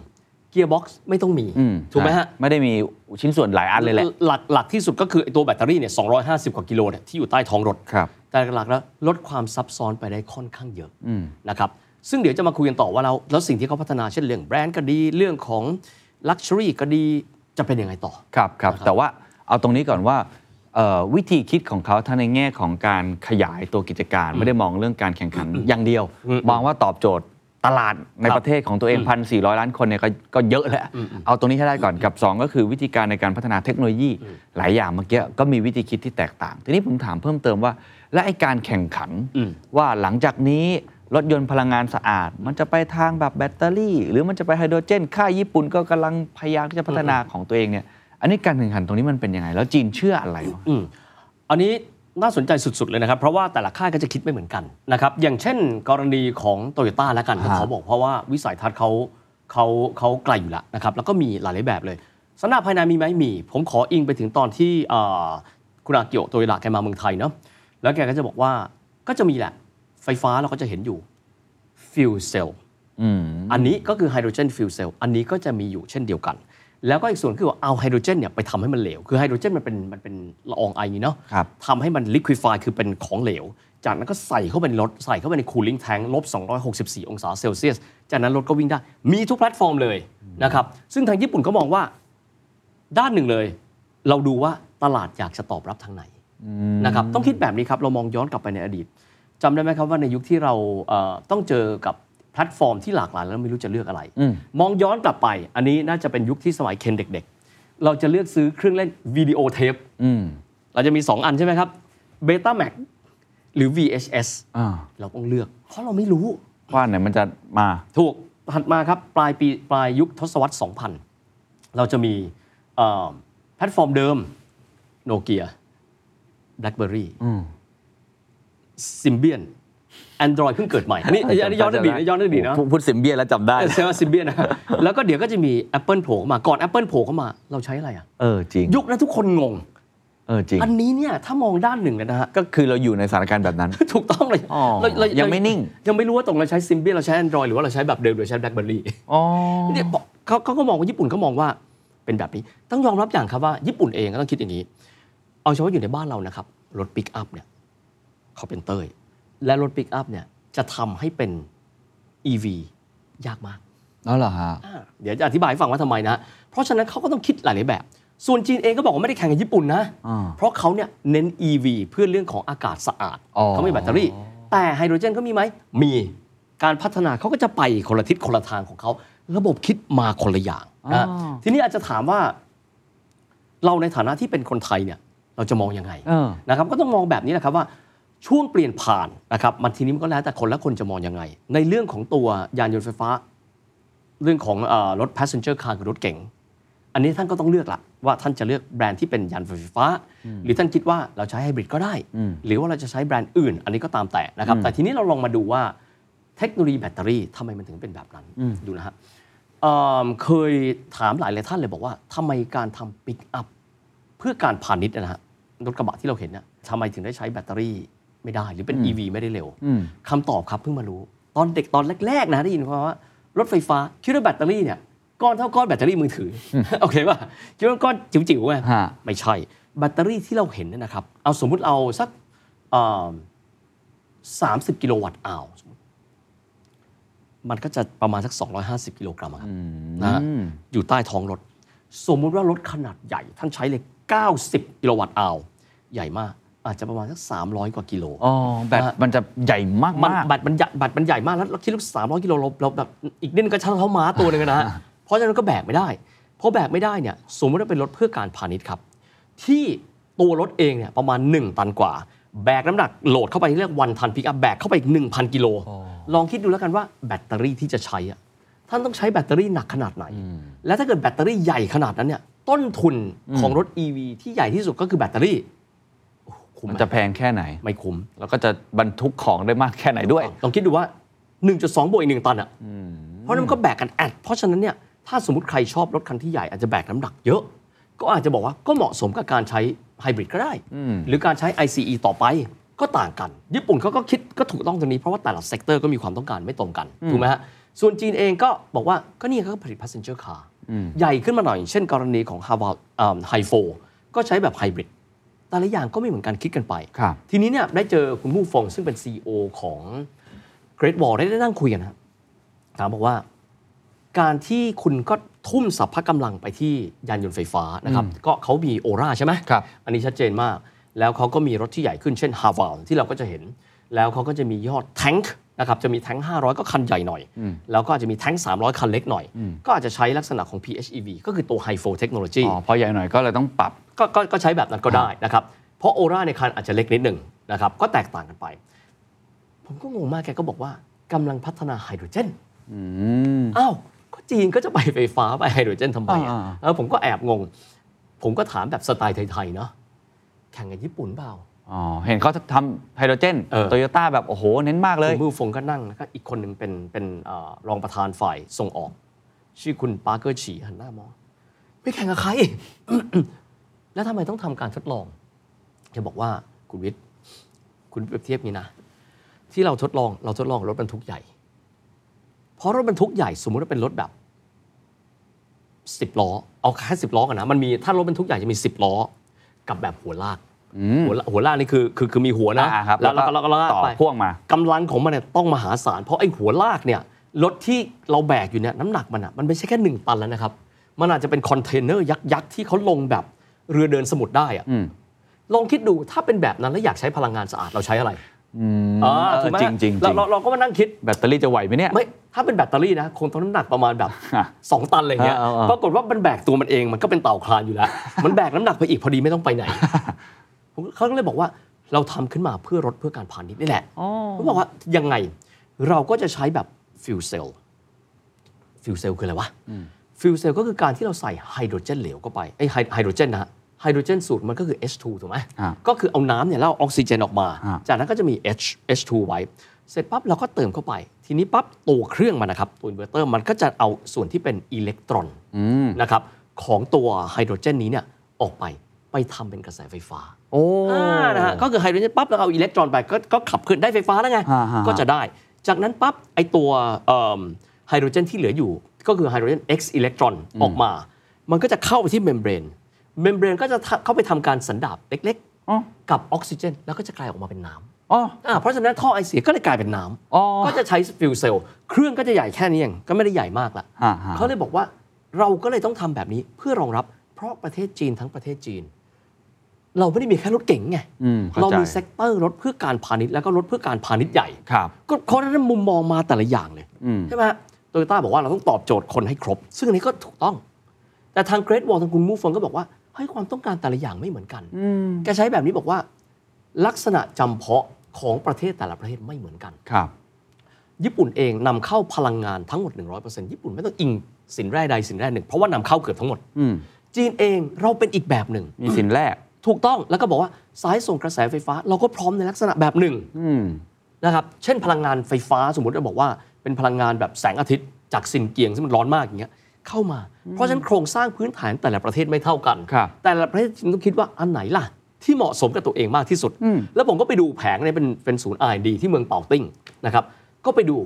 Speaker 1: เกียร์บ็อกซ์ไม่ต้องมี
Speaker 2: อืม
Speaker 1: ถูกไหมฮะ
Speaker 2: ไม่ได้มีชิ้นส่วนหลายอันเลยแหละ
Speaker 1: หลักหลักที่สุดก็คือไอ้ตัวแบตเตอรี่เนี่ย250 กว่ากิโลเนี่ยที่อยู่ใต้ท้องรถ
Speaker 2: ครับ
Speaker 1: แต่หลักๆแล้วลดความซับซ้อนไปได้ค่อนข้างเยอะ
Speaker 2: อืม
Speaker 1: นะครับ ซึ่งเดี๋ยวจะมาคุยกันต่อว่าเราแล้วสิ่งที่เขาพัฒนาเช่นเรื่องแบรนด์ก็ดี เรื่องของลักชัวรี่ก็ดีจะเป็นยังไงต่อ
Speaker 2: ครับครับ
Speaker 1: นะครับ
Speaker 2: แต่ว่าเอาตรงนี้ก่อนว่าเอ่อวิธีคิดของเขาทั้งในแง่ของการขยายตัวกิจการ ไม่ได้มองเรื่องการแข่งขันอย่างเดียว มองว่าตอบโจทย์ตลาดใน
Speaker 1: ครับ
Speaker 2: ประเทศของตัวเอง 1,400 ล้านคนเนี่ยก็ก็เยอะแล้ว เอาตรงนี้ให้ได้ก่อนกับ 2 ก็คือวิธีการในการพัฒนาเทคโนโลยีหลายอย่างเมื่อกี้ก็มีวิธีคิดที่แตกต่าง ทีนี้ผมถามเพิ่มเติมว่า และไอการแข่งขัน
Speaker 1: อืม
Speaker 2: ว่าหลังจากนี้ รถยนต์พลังงานสะอาด มันจะไปทางแบบแบตเตอรี่ หรือมันจะไปไฮโดรเจน ค่ายญี่ปุ่นก็กำลังพยายามที่จะพัฒนาของตัวเองเนี่ย อันนี้การแข่งขันตรงนี้มันเป็นยังไง แล้วจีนเชื่ออะไรวะ
Speaker 1: อืมอันนี้น่าสนใจสุด ๆ เลยนะครับ เพราะว่าแต่ละค่ายก็จะคิดไม่เหมือนกันนะครับอย่างเช่น กรณีของโตโยต้าแล้วกัน
Speaker 2: ฮะ
Speaker 1: เขาบอกเพราะว่าวิสัยทัศน์เขาเขาเขาไกลอยู่แล้วนะครับแล้วก็มีหลายๆแบบเลยสำนักภายในมีไหมมี ผมขออิงไปถึงตอนที่เอ่อคุณอาเกียวโตโยต้าแกมาเมืองไทยเนาะแล้วแกก็จะบอกว่าก็จะมีแหละไฟฟ้าเราก็จะเห็นอยู่ฟิวเซล
Speaker 2: อืม
Speaker 1: อันนี้ก็คือไฮโดรเจนฟิวเซลอันนี้ก็จะมีอยู่เช่นเดียวกัน แล้วก็อีกส่วนคือว่าเอาไฮโดรเจนเนี่ยไปทำให้มันเหลว คือไฮโดรเจนมันเป็นมันเป็นละอองไออย่างนี้เนาะ
Speaker 2: ครับ
Speaker 1: ทำให้มันลิควิฟายคือเป็นของเหลว จากนั้นก็ใส่เข้าไปในรถ ใส่เข้าไปในคูลิ่งแทงลบ 264 องศาเซลเซียส จากนั้นรถก็วิ่งได้ มีทุกแพลตฟอร์มเลยนะครับ ซึ่งทางญี่ปุ่นก็มองว่าด้านหนึ่งเลย เราดูว่าตลาดอยากจะตอบรับทางไหนนะครับ ต้องคิดแบบนี้ครับ เรามองย้อนกลับไปในอดีตจำได้ไหมครับว่าในยุคที่เราเอ่อต้องเจอกับแพลตฟอร์มที่หลากหลายแล้วไม่รู้จะเลือกอะไร
Speaker 2: อืม
Speaker 1: มองย้อนกลับไป อันนี้น่าจะเป็นยุคที่สมัยเคนเด็ก ๆ เราจะเลือกซื้อเครื่องเล่นวิดีโอเทป
Speaker 2: อืม
Speaker 1: เราจะมี 2 อันใช่ไหมครับเบต้าแม็กหรือ VHS
Speaker 2: อ่า
Speaker 1: เราต้องเลือก เพราะเราไม่รู้
Speaker 2: ว่าไหนมันจะมา
Speaker 1: ถูกถัดมาครับ ปลายปีปลายยุคทศวรรษ 2000 เราจะมีเอ่อแพลตฟอร์มเดิมโนเกีย BlackBerry
Speaker 2: อืม
Speaker 1: ซิมเบียน Android เพิ่งเกิดใหม่ อัน นี้อันนี้ย้อนอดีตนะย้อนอดีตนะ
Speaker 2: พูพูดเสิมเบียแล้วจำได้
Speaker 1: ใช่ไหมซิมเบียนะ แล้วก็เดี๋ยวก็จะมี Apple โผล่เข้ามา ก่อน Apple โผล่เข้ามา เราใช้อะไรอ่ะ
Speaker 2: เออจริง
Speaker 1: ยุคนั้นทุกคนงง
Speaker 2: เออจริง
Speaker 1: อันนี้เนี่ย ถ้ามองด้านหนึ่งเลยนะฮะ
Speaker 2: ก็คือเราอยู่ในสถานการณ์แบบนั้น
Speaker 1: ถูกต้องเลย
Speaker 2: อ๋อ
Speaker 1: เราเรา
Speaker 2: ยั
Speaker 1: ยัง
Speaker 2: ไม่นิ่ง
Speaker 1: ยังไม่รู้ว่าตรงเราใช้ซิมเบียเราใช้ Android หรือว่าเราใช้แบบเดิมหรือใช้ BlackBerry
Speaker 2: อ๋อ
Speaker 1: เนี่ยบอกเขาเขาก็มองว่าญี่ปุ่นก็มองว่าเป็นแบบนี้ ต้องยอมรับอย่างครับว่าญี่ปุ่นเองก็ต้องคิดอย่างนี้ เอาเฉพาะอยู่ในบ้านเรานะครับ รถปิกอัพเนี่ยเขาเป็นเต้ย และรถปิกอัพเนี่ยจะทำให้เป็น EV ยากมาก
Speaker 2: แล้วเหรอฮะ
Speaker 1: อ่าเดี๋ยวจะอธิบายให้ฟังว่าทำไมนะ เพราะฉะนั้นเขาก็ต้องคิดหลายๆแบบ ส่วนจีนเองก็บอกว่าไม่ได้แข่งกับญี่ปุ่นนะ
Speaker 2: อ่า
Speaker 1: เพราะเขาเนี่ยเน้น EV เพื่อเรื่องของอากาศสะอาด
Speaker 2: อ๋อ
Speaker 1: เขาไม่มีแบตเตอรี่ แต่ไฮโดรเจนเขามีไหม มี การพัฒนาเขาก็จะไปคนละทิศคนละทางของเขา ระบบคิดมาคนละอย่างนะทีนี้อาจจะถามว่า เราในฐานะที่เป็นคนไทยเนี่ย เราจะมองยังไง
Speaker 2: เออ
Speaker 1: นะครับก็ต้องมองแบบนี้แหละครับว่าช่วงเปลี่ยนผ่านนะครับมันทีนี้มันก็แล้วแต่คนและคนจะมองยังไง ในเรื่องของตัวยานยนต์ไฟฟ้า เรื่องของเออรถ passenger car คือรถเก๋งอันนี้ท่านก็ต้องเลือกละว่าท่านจะเลือกแบรนด์ที่เป็นยานยนต์ไฟฟ้า หรือท่านคิดว่าเราใช้ไฮบริดก็ได้ หรือว่าเราจะใช้แบรนด์อื่น อันนี้ก็ตามแต่นะครับ แต่ทีนี้เราลองมาดูว่าเทคโนโลยีแบตเตอรี่ทำไมมันถึงเป็นแบบนั้นดูนะฮะเอิ่มเคยถามหลายหลายๆท่านเลยบอกว่าทำไมการทำปิกอัพ เพื่อการพาณิชย์นะฮะรถกระบะที่เราเห็นน่ะทำไมถึงได้ใช้แบตเตอรี่ไม่ได้หรือเป็น EV ไม่ได้เร็ว
Speaker 2: อืม
Speaker 1: คำตอบครับเพิ่งมารู้ ตอนเด็กตอนแรก ๆ นะได้ยินคำว่ารถไฟฟ้าคิดว่าแบตเตอรี่เนี่ยก้อนเท่าก้อนแบตเตอรี่มือถือ โอเคป่ะคิดว่าก้อนจิ๋วๆไง
Speaker 2: ฮะ
Speaker 1: ไม่ใช่ แบตเตอรี่ที่เราเห็นเนี่ยนะครับ เอาสมมุติเอาสักสามสิบกิโลวัตต์อาวสมมุติมันก็จะประมาณสัก 250 กิโลกรัมอะครับ นะฮะอยู่ใต้ท้องรถ สมมุติว่ารถขนาดใหญ่ ท่านใช้เลย 90 กิโลวัตต์อาวใหญ่มาก อาจจะประมาณสัก 300 กว่ากิโล
Speaker 2: อ๋อแบต
Speaker 1: นะฮะ
Speaker 2: มันจะใหญ่มาก
Speaker 1: มัน
Speaker 2: มาก
Speaker 1: บัตรมันใหญ่บัตรมันใหญ่มาก แล้วเราคิดว่า300 กิโลเราเราแบบอีกนิดนึงก็ชั่งเท้าม้าตัวหนึงนะฮะ เพราะฉะนั้นก็แบกไม่ได้พอแบกไม่ได้เนี่ยสมมติว่าเป็นรถเพื่อการพาณิชย์ครับ ที่ตัวรถเองเนี่ยประมาณ 1 ตันกว่า แบกน้ำหนักโหลดเข้าไปที่เรียกวันทันพิกอัพแบกเข้าไปอีก 1,000 กิโล ลองคิดดูแล้วกันว่าแบตเตอรี่ที่จะใช้อะท่านต้องใช้แบตเตอรี่หนักขนาดไหน และถ้าเกิดแบตเตอรี่ใหญ่ขนาดนั้นเนี่ยต้นทุนของรถ EV ที่ใหญ่ที่สุดก็คือแบตเตอรี่โอ้โหคุ้ม
Speaker 2: มัน
Speaker 1: ไหม
Speaker 2: จะแพงแค่ไหน
Speaker 1: ไม่คุ้ม
Speaker 2: แล้วก็จะบรรทุกของได้มากแค่ไหนด้วย
Speaker 1: ลองคิดดูว่า 1.2 บวกอีกหนึ่งตันอ่ะเพราะฉะนั้นมันก็แบกกันแอด เพราะฉะนั้นเนี่ยถ้าสมมติใครชอบรถคันที่ใหญ่อาจจะแบกน้ำหนักเยอะ ก็อาจจะบอกว่าก็เหมาะสมกับการใช้ไฮบริดก็ได้ หรือการใช้ ICE ต่อไปก็ต่างกัน ญี่ปุ่นเขาก็คิดก็ถูกต้องตรงนี้เพราะว่าแต่ละเซกเตอร์ก็มีความต้องการไม่ตรงกัน ถูกไหมฮะ ส่วนจีนเองก็บอกว่าก็นี่เขาผลิต passenger car ใหญ่ขึ้นมาหน่อย เช่น กรณีของฮาวาไฮโฟก็ใช้แบบไฮบริดแต่ละอย่างก็ไม่เหมือนกันคิดกันไป
Speaker 2: ครับ
Speaker 1: ทีนี้เนี่ยได้เจอคุณผู้ฟงซึ่งเป็น CEO ของ Great Wall ได้ได้นั่งคุยกันนะถามบอกว่า การที่คุณก็ทุ่มสรรพกำลังไปที่ยานยนต์ไฟฟ้านะครับ ก็เขามีโอราใช่ไหม
Speaker 2: ครับ
Speaker 1: อันนี้ชัดเจนมาก แล้วเขาก็มีรถที่ใหญ่ขึ้นเช่นฮาวาลที่เราก็จะเห็น แล้วเขาก็จะมียอดแทงค์นะครับจะมีแทงค์500 ก็คันใหญ่หน่อย แล้วก็อาจจะมีแทงค์300 คันเล็กหน่อย ก็อาจจะใช้ลักษณะของ PHEV ก็คือตัว High Flow Technology
Speaker 2: อ๋อพอใหญ่หน่อยก็เลยต้องปรับ
Speaker 1: ก็ก็ก็ใช้แบบนั้นก็ได้นะครับ เพราะโอราในคันอาจจะเล็กนิดหนึ่งนะครับ ก็แตกต่างกันไป ผมก็งงมากแกก็บอกว่า กำลังพัฒนาไฮโดรเจน
Speaker 2: อืม
Speaker 1: อ้าวก็จีนก็จะไปไฟฟ้าไปไฮโดรเจนทำไมอ่ะ
Speaker 2: อ่า
Speaker 1: เออผมก็แอบงง ผมก็ถามแบบสไตล์ไทยๆเนาะแข่งกับญี่ปุ่นเปล่า
Speaker 2: อ๋อเห็นเขาทำไฮโดรเจน
Speaker 1: เออ
Speaker 2: โตโยต้าแบบโอ้โหเน้นมากเลย
Speaker 1: คุณมือฟงก็นั่งแล้วก็อีกคนหนึ่งเป็นเป็นเอ่อรองประธานฝ่ายส่งออก ชื่อคุณปาร์เกอร์ฉีหันหน้ามอง ไม่แข่งกับใคร แล้วทำไมต้องทำการทดลองแกบอกว่าคุณวิทย์คุณเปรียบเทียบนี้นะ ที่เราทดลองเราทดลองรถบรรทุกใหญ่ เพราะรถบรรทุกใหญ่สมมุติว่าเป็นรถแบบสิบล้อ เอาแค่สิบล้อกันนะ มันมีถ้ารถบรรทุกใหญ่จะมีสิบล้อ กับแบบหัวลากหัวลากหัวลากนี่คือคือคือมีหัวนะ
Speaker 2: อ่าครับ
Speaker 1: แล้วแล้วก็แล้วก็ลาก
Speaker 2: ต่อ
Speaker 1: ไป
Speaker 2: พ่วงมา
Speaker 1: กำลังของมันเนี่ยต้องมหาศาล เพราะไอ้หัวลากเนี่ยรถที่เราแบกอยู่เนี่ยน้ำหนักมันอ่ะมันไม่ใช่แค่หนึ่งตันแล้วนะครับ มันอาจจะเป็นคอนเทนเนอร์ยักษ์ๆที่เขาลงแบบเรือเดินสมุทรได้อ่ะ
Speaker 2: อืม
Speaker 1: ลองคิดดูถ้าเป็นแบบนั้นแล้วอยากใช้พลังงานสะอาดเราใช้อะไร
Speaker 2: อืม
Speaker 1: อ่า
Speaker 2: เออ
Speaker 1: ถูกไหม
Speaker 2: จริงจริงจ
Speaker 1: เรา
Speaker 2: ริง
Speaker 1: เราเราก็มานั่งคิด
Speaker 2: แบตเตอรี่จะไหวไหมเนี่ย
Speaker 1: ไม่ถ้าเป็นแบตเตอรี่นะคงต้องน้ำหนักประมาณแบบ
Speaker 2: ฮะ
Speaker 1: 2 ตันอะไรเงี้ย
Speaker 2: เออเออเออ
Speaker 1: ปรากฏว่ามันแบกตัวมันเองมันก็เป็นเต่าคลานอยู่แล้ว มันแบกน้ำหนักไปอีกพอดีไม่ต้องไปไหนผมเขาก็เลยบอกว่าเราทำขึ้นมาเพื่อรถเพื่อการพาณิชย์นี่แหละ
Speaker 2: อ๋อ
Speaker 1: เขาบอกว่ายังไงเราก็จะใช้แบบฟิวเซลฟิวเซลคืออะไรวะฟิวเซลก็คือการที่เราใส่ไฮโดรเจนเหลวเข้าไปไอยไฮไฮโดรเจนนะฮะไฮโดรเจนสูตรมันก็คือ H2 ถูกไหม
Speaker 2: อ่า
Speaker 1: ก็คือเอาน้ำเนี่ยแล้วเอาออกซิเจนออกมา
Speaker 2: อ่า
Speaker 1: จากนั้นก็จะมี H H2 ไว้ เสร็จปั๊บเราก็เติมเข้าไป ทีนี้ปั๊บตัวเครื่องมันนะครับ ตัวอินเวอร์เตอร์มันก็จะเอาส่วนที่เป็นอิเล็กตรอน
Speaker 2: อืม
Speaker 1: นะครับของตัวไฮโดรเจนนี้เนี่ยออกไปไปทำเป็นกระแสไฟฟ้า
Speaker 2: โอ้
Speaker 1: อ่านะฮะก็คือไฮโดรเจนปั๊บแล้วเอาอิเล็กตรอนไปก็ก็ขับเคลื่อนได้ไฟฟ้าแล้วไง
Speaker 2: อ่าฮะ
Speaker 1: ก็จะได้ จากนั้นปั๊บไอตัวเอิ่มไฮโดรเจนที่เหลืออยู่ ก็คือไฮโดรเจน X อิเล็กตรอนออกมา มันก็จะเข้าไปที่เมมเบรนเมมเบรนก็จะทะเข้าไปทำการสันดาบเล็ก
Speaker 2: อ๋อ
Speaker 1: ๆ กับออกซิเจน แล้วก็จะกลายออกมาเป็นน้ำ
Speaker 2: อ๋อ
Speaker 1: อ่าเพราะฉะนั้นท่อไอเสียก็เลยกลายเป็นน้
Speaker 2: อ๋อ
Speaker 1: ำก็จะใช้ฟิวเซลเครื่องก็จะใหญ่แค่นี้เองก็ไม่ได้ใหญ่มากละ
Speaker 2: อ่าฮะ
Speaker 1: เขาเลยบอกว่าเราก็เลยต้องทำแบบนี้เพื่อรองรับเพราะประเทศจีนทั้งประเทศจีน เราไม่ได้มีแค่รถเก๋งไง
Speaker 2: อืมข้
Speaker 1: เรา
Speaker 2: ใจ
Speaker 1: มีเซกเตอร์รถเพื่อการพาณิชย์แล้วก็รถเพื่อการพาณิชย์ใหญ่
Speaker 2: ครับ
Speaker 1: ก็เพราะฉะนั้นมุมมองมาแต่ละอย่างเลย
Speaker 2: อืม
Speaker 1: ใช่ไหมโตโยต้าบอกว่าเราต้องตอบโจทย์คนให้ครบ ซึ่งอันนี้ก็ถูกต้อง แต่ทางเกรดวอลทางคุณมูฟงก็บอกว่าเฮ้ยความต้องการแต่ละอย่างไม่เหมือนกัน
Speaker 2: อืม
Speaker 1: แกใช้แบบนี้บอกว่า ลักษณะจำเพาะของประเทศแต่ละประเทศไม่เหมือนกัน
Speaker 2: ครับ
Speaker 1: ญี่ปุ่นเองนำเข้าพลังงานทั้งหมด 100%ญี่ปุ่นไม่ต้องอิงสินแร่ใดสินแร่หนึ่งเพราะว่านำเข้าเกือบทั้งหมด
Speaker 2: อืม
Speaker 1: จีนเองเราเป็นอีกแบบหนึ่ง
Speaker 2: มีสินแรก
Speaker 1: ถูกต้องแล้วก็บอกว่าสายส่งกระแสไฟฟ้า เราก็พร้อมในลักษณะแบบหนึ่ง
Speaker 2: อืม
Speaker 1: นะครับ เช่นพลังงานไฟฟ้าสมมติเราบอกว่าเป็นพลังงานแบบแสงอาทิตย์จากสินเกียงซึ่งมันร้อนมากอย่างเงี้ยเข้ามา เพราะฉะนั้นโครงสร้างพื้นฐานแต่ละประเทศไม่เท่ากัน
Speaker 2: ครับ
Speaker 1: แต่ละประเทศจึงต้องคิดว่าอันไหนล่ะ ที่เหมาะสมกับตัวเองมากที่สุด
Speaker 2: อืม
Speaker 1: แล้วผมก็ไปดูแผงเนี่ยเป็นเป็นศูนย์ R&D ที่เมืองเป่าติ้งนะครับ ก็ไปดู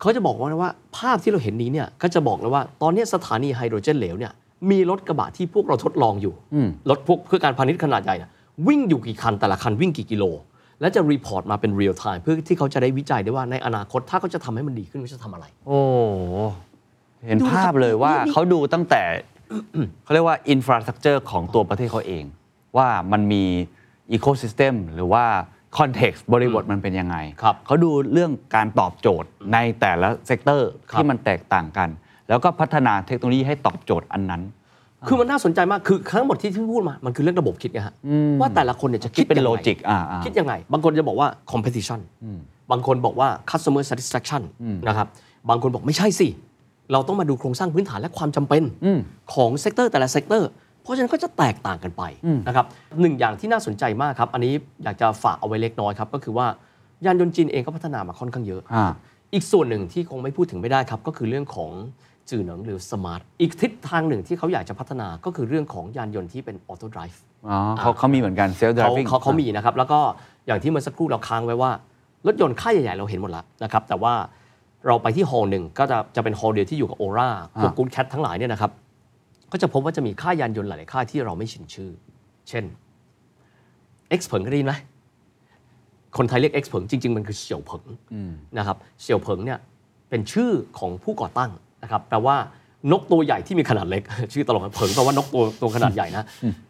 Speaker 1: เขาจะบอกว่าว่าภาพที่เราเห็นนี้เนี่ยก็จะบอกเลยว่าตอนเนี้ยสถานีไฮโดรเจนเหลวเนี่ยมีรถกระบะที่พวกเราทดลองอยู่
Speaker 2: อืม
Speaker 1: รถพวกเพื่อการพาณิชย์ขนาดใหญ่นะวิ่งอยู่กี่คันแต่ละคันวิ่งกี่กิโล และจะรีพอร์ตมาเป็นเรียลไทม์เพื่อที่เขาจะได้วิจัยได้ว่าในอนาคตถ้าเขาจะทำให้มันดีขึ้นเขาจะทำอะไร
Speaker 2: โอ้ เห็น
Speaker 1: ดู
Speaker 2: ภาพเลยว่า
Speaker 1: นี่นี่
Speaker 2: เขาดูตั้งแต่ เขาเรียกว่าอินฟราสต u ั t เจอร์ของตัวประเทศเขาเอง ว่ามันมีอีโค y ิสเต็มหรือว่าคอนเท็กซ์บริบทมันเป็นยังไง
Speaker 1: ครับ
Speaker 2: เขาดูเรื่องการตอบโจทย์ในแต่ละเซกเตอร์
Speaker 1: ครับ
Speaker 2: ที่มันแตกต่างกัน แล้วก็พัฒนาเทคโนโลยีให้ตอบโจทย์อันนั้น
Speaker 1: คือมันน่าสนใจมากคือทั้งหมดที่ที่พูดมา มันคือเรื่องระบบคิดไงฮะว่าแต่ละคนเนี่ยจะ
Speaker 2: คิ
Speaker 1: คิ
Speaker 2: ด
Speaker 1: ด
Speaker 2: เป็น
Speaker 1: ยังไง
Speaker 2: โลจิกอ่าอ่า
Speaker 1: คิดยังไง บางคนจะบอกว่า competition บางคนบอกว่า customer satisfaction นะครับบางคนบอกไม่ใช่สิ เราต้องมาดูโครงสร้างพื้นฐานและความจำเป็น
Speaker 2: อืม
Speaker 1: ของเซกเตอร์แต่ละเซกเตอร์ เพราะฉะนั้นก็จะแตกต่างกันไปนะครับหนึ่งอย่างที่น่าสนใจมากครับ อันนี้อยากจะฝากเอาไว้เล็กน้อยครับ ก็คือว่ายานยนต์จีนเองก็พัฒนามาค่อนข้างเยอะ
Speaker 2: อ่า
Speaker 1: อีกส่วนหนึ่งที่คงไม่พูดถึงไม่ได้ครับ ก็คือเรื่องของจื่อเหนิงหรือสมาร์ทอีกทิศทางหนึ่งที่เขาอยากจะพัฒนาก็คือเรื่องของยานยนต์ที่เป็นออโต้ไดรฟ์
Speaker 2: อ๋อเขาเขามีเหมือนกันเซลล์ดร
Speaker 1: เขา
Speaker 2: v ิ n ง
Speaker 1: เขาเขามีนะครับ แล้วก็อย่างที่เมื่อสักครู่เราค้างไว้ว่า รถยนต์ค่ายใหญ่ๆเราเห็นหมดแล้วนะครับแต่ว่าเราไปที่ฮอลล์หนึ่งก็จะจะเป็นฮอลล์เดียวที่อยู่กับโอราพวก
Speaker 2: อ่า
Speaker 1: กูดแคททั้งหลายเนี่ยนะครับ ก็จะพบว่าจะมีค่ายยานยนต์หลาย ๆ ค่ายที่เราไม่ชินชื่อ เช่น X เผิงก็ได้ยินไหมคนไทยเรียก X เผิงจริง ๆ มันคือเสี่ยวเผิงนะครับ เสี่ยวเผิงเนี่ยเป็นชื่อของผู้ก่อตั้งนะครับแปลว่านกตัวใหญ่ที่มีขนาดเล็ก ชื่อตลกนะเผิงแปลว่านกตัวตัวขนาดใหญ่นะ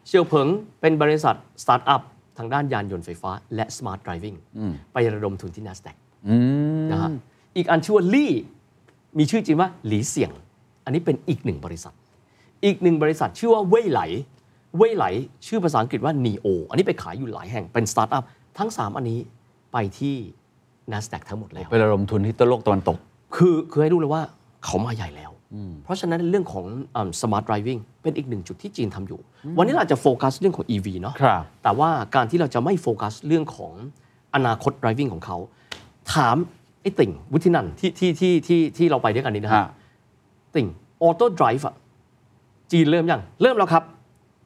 Speaker 1: เสี่ยวเผิงเป็นบริษัทสตาร์ทอัพทางด้านยานยนต์ไฟฟ้า และสมาร์ท r i ฟ i n g ไประดมทุนที่ NASDAQ
Speaker 2: อืม
Speaker 1: นะฮะอีกอันชื่อว่าลี่มีชื่อจริงว่าหลีเสี่ยง อันนี้เป็นอีกหนึ่งบริษัท อีกหนึ่งบริษัทชื่อว่าเว่ยไหล เว่ยไหล ชื่อภาษาอังกฤษว่า NEO อันนี้ไปขายอยู่หลายแห่งเป็นสตาร์ทอัพทั้ง 3 อันนี้ไปที่ n a s d a q ทั้งหมดแล้ว
Speaker 2: ไประดมทุนที่ตะโลกตะวันตก
Speaker 1: คือคือให้รู้เลยว่าเขามาใหญ่แล้ว เพราะฉะนั้นเรื่องของสมาร์ d ด i v วิ่งเป็นอีกหนึ่งจุดที่จีนทำอยู่ วันนี้เราอาจจะโฟกัสเรื่องของ EV เนาะ
Speaker 2: ครับ
Speaker 1: แต่ว่าการที่เราจะไม่โฟกัสเรื่องของอนาคต driving ของเขา ถามไอ้ติ่งวุฒินันท์ที่ที่ที่ที่ที่เราไปด้วยกันนี้นะ
Speaker 2: ฮะ
Speaker 1: ฮะ ติ่งออโต้ไดรฟ์อะจีนเริ่มยัง เริ่มแล้วครับ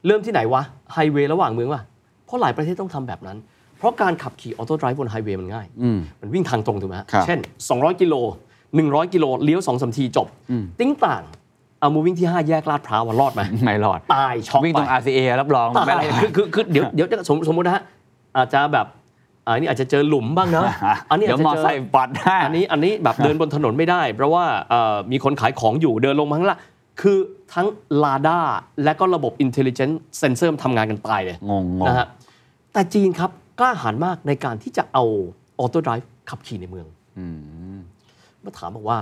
Speaker 1: เริ่มที่ไหนวะ ไฮเวย์ระหว่างเมืองวะเพราะหลายประเทศต้องทำแบบนั้น เพราะการขับขี่ออโต้ไดรฟ์บนไฮเวย์มันง่าย
Speaker 2: อืม
Speaker 1: มันวิ่งทางตรงถูกไหมฮะ
Speaker 2: ครับ
Speaker 1: เช่น 200 กิโล 100 กิโล เลี้ยว2อสามทีจบ ติ้งต่าง เอามาวิ่งที่ 5 แยกลาดพร้าวอะรอดไหม
Speaker 2: ไม่รอด
Speaker 1: ตายช็อก
Speaker 2: วิ่ง
Speaker 1: ไป
Speaker 2: ตรง RCA รับรอง
Speaker 1: ตาย
Speaker 2: ไม่รอด
Speaker 1: คือคือคือเดี๋ยวเดี๋ยวจะสมสมมตินะฮะอาจจะแบบอันนี้อาจจะเจอหลุมบ้างเนอะอันนี้
Speaker 2: เดี๋ย
Speaker 1: อาจ
Speaker 2: ว
Speaker 1: จะ
Speaker 2: มอ
Speaker 1: เจ
Speaker 2: ไซ
Speaker 1: อ
Speaker 2: ค์ปัดหน้า
Speaker 1: อันนี้อันนี้แบบเดินบนถนนไม่ได้ เพราะว่าเอ่อมีคนขายของอยู่เดินลงมาข้างล่างคือทั้งลาด้าและก็ระบบ Intelligent Sensor ทำงานกันตายเลย
Speaker 2: งงงง
Speaker 1: นะฮะแต่จีนครับ กล้าหาญมากในการที่จะเอาออโต้ i v ฟขับขี่ในเมือง
Speaker 2: อืม
Speaker 1: มาถามบอกว่า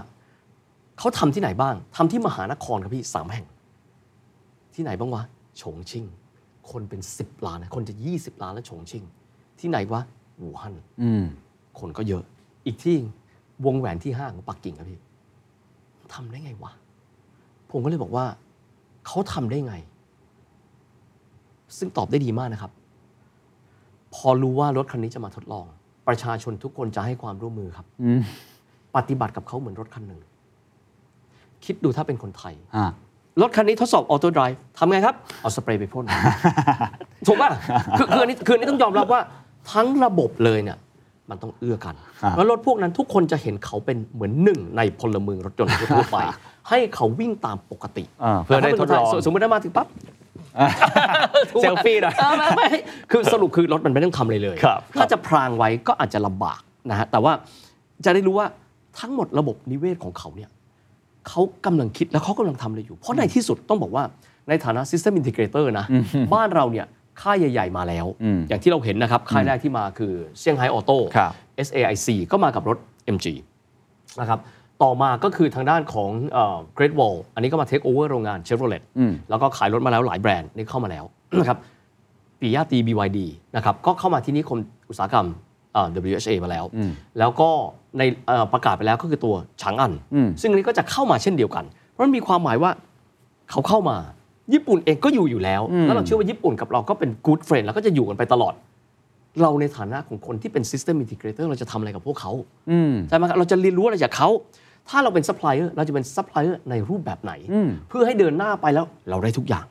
Speaker 1: เขาทำที่ไหนบ้างทำที่มหานครครับพี่สามแห่ง ที่ไหนบ้างวะฉงชิ่ง คนเป็น 10 ล้านนะคนจะ 20 ล้านแล้วฉงชิ่ง ที่ไหนวะอู่ฮั่น
Speaker 2: อืม
Speaker 1: คนก็เยอะ อีกที่วงแหวนที่ห้าของปักกิ่งครับพี่ทำได้ไงวะ ผมก็เลยบอกว่า เขาทำได้ไง ซึ่งตอบได้ดีมากนะครับ พอรู้ว่ารถคันนี้จะมาทดลอง ประชาชนทุกคนจะให้ความร่วมมือครับ
Speaker 2: อืม
Speaker 1: ปฏิบัติกับเขาเหมือนรถคันหนึ่ง คิดดูถ้าเป็นคนไทย
Speaker 2: อ่ะ
Speaker 1: รถคันนี้ทดสอบออโต้ไดรฟ์ทำไงครับ เอาสเปรย์ไป พ่น ถูกป่ะคือคืออันนี้คืออันนี้ต้องยอมรับว่าทั้งระบบเลยเนี่ย มันต้องเอื้อกัน แล้วรถพวกนั้นทุกคนจะเห็นเขาเป็นเหมือนหนึ่งในพลเมืองรถยนต์ทั่ว ๆไป ให้เขาวิ่งตามปกติ
Speaker 2: อ่ะเพื่อได้ทดลอง
Speaker 1: สมมติได้ามาถึ งปั๊บ
Speaker 2: เซลฟี่หน่อย
Speaker 1: เออไม่ไม่คือสรุปคือรถมันไม่ต้องทำอะไรเลย
Speaker 2: ครับ
Speaker 1: ถ้าจะพรางไว้ก็อาจจะลำบากนะฮะ แต่ว่าจะได้รู้ว่าทั้งหมดระบบนิเวศของเขาเนี่ยเขากำลังคิดและเขากำลังทำอะไรอยู่ เพราะในที่สุดต้องบอกว่าในฐานะ System Integrator นะ บ้านเราเนี่ยค่ายใหญ่ ๆ มาแล้ว
Speaker 2: อืม
Speaker 1: อย่างที่เราเห็นนะครับ ค่ายแรกที่มาคือเซี่ยงไฮ้ออโต้
Speaker 2: ครับ
Speaker 1: SAIC ก็มากับรถ MG นะครับ ต่อมาก็คือทางด้านของเอ่อ Great Wall อันนี้ก็มาเทคโอเวอร์โรงงาน Chevrolet
Speaker 2: อืม
Speaker 1: แล้วก็ขายรถมาแล้วหลายแบรนด์นี่เข้ามาแล้ว นะครับปิยาตี BYD นะครับ ก็เข้ามาที่นิคมอุตสาหกรรมเอ่อ WHA มาแล้ว แล้วก็ในเอ่อประกาศไปแล้วก็คือตัวฉางอัน
Speaker 2: อืม
Speaker 1: ซึ่งอันนี้ก็จะเข้ามาเช่นเดียวกัน เพราะมันมีความหมายว่าเขาเข้ามา ญี่ปุ่นเองก็อยู่อยู่แล้ว แล้วเราเชื่อว่าญี่ปุ่นกับเราก็เป็น good friend แล้วก็จะอยู่กันไปตลอด เราในฐานะของคนที่เป็น system integrator เราจะทำอะไรกับพวกเขา
Speaker 2: อืม
Speaker 1: ใช่ไหมครับเราจะเรียนรู้อะไรจากเขา ถ้าเราเป็นซัพพลายเออร์เราจะเป็นซัพพลายเออร์ในรูปแบบไหน
Speaker 2: อืม
Speaker 1: เพื่อให้เดินหน้าไปแล้วเราได้ทุกอย่าง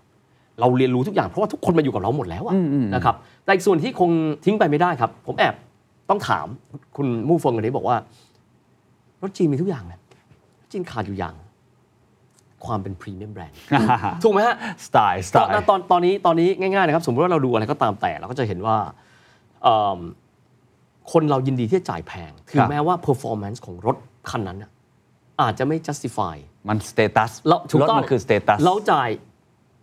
Speaker 1: เราเรียนรู้ทุกอย่างเพราะว่าทุกคนมาอยู่กับเราหมดแล้วอะ
Speaker 2: อืมอืม
Speaker 1: นะครับแต่อีกส่วนที่คงทิ้งไปไม่ได้ครับ ผมแอบต้องถามคุณมู่เฟงกันนี้บอกว่ารถจีนมีทุกอย่างนะรถจีนขาดอยู่อย่าง ความเป็นพรีเมียมแบรนด์ถูกไหมฮะ
Speaker 2: สไตล์สไต
Speaker 1: ตอน
Speaker 2: ล์
Speaker 1: ตอนตอนนี้ตอนนี้ง่ายๆนะครับ สมมติว่าเราดูอะไรก็ตามแต่เราก็จะเห็นว่าเอิ่มคนเรายินดีที่จะจ่ายแพง ถึ
Speaker 2: ค
Speaker 1: ง
Speaker 2: รับ
Speaker 1: แม้ว่า performance ของรถคันนั้นน่ะอาจจะไม่ justify
Speaker 2: มันสเตตัส
Speaker 1: เราถูก
Speaker 2: รถ
Speaker 1: ต้อง
Speaker 2: มันคือสเตตัส
Speaker 1: เราจ่าย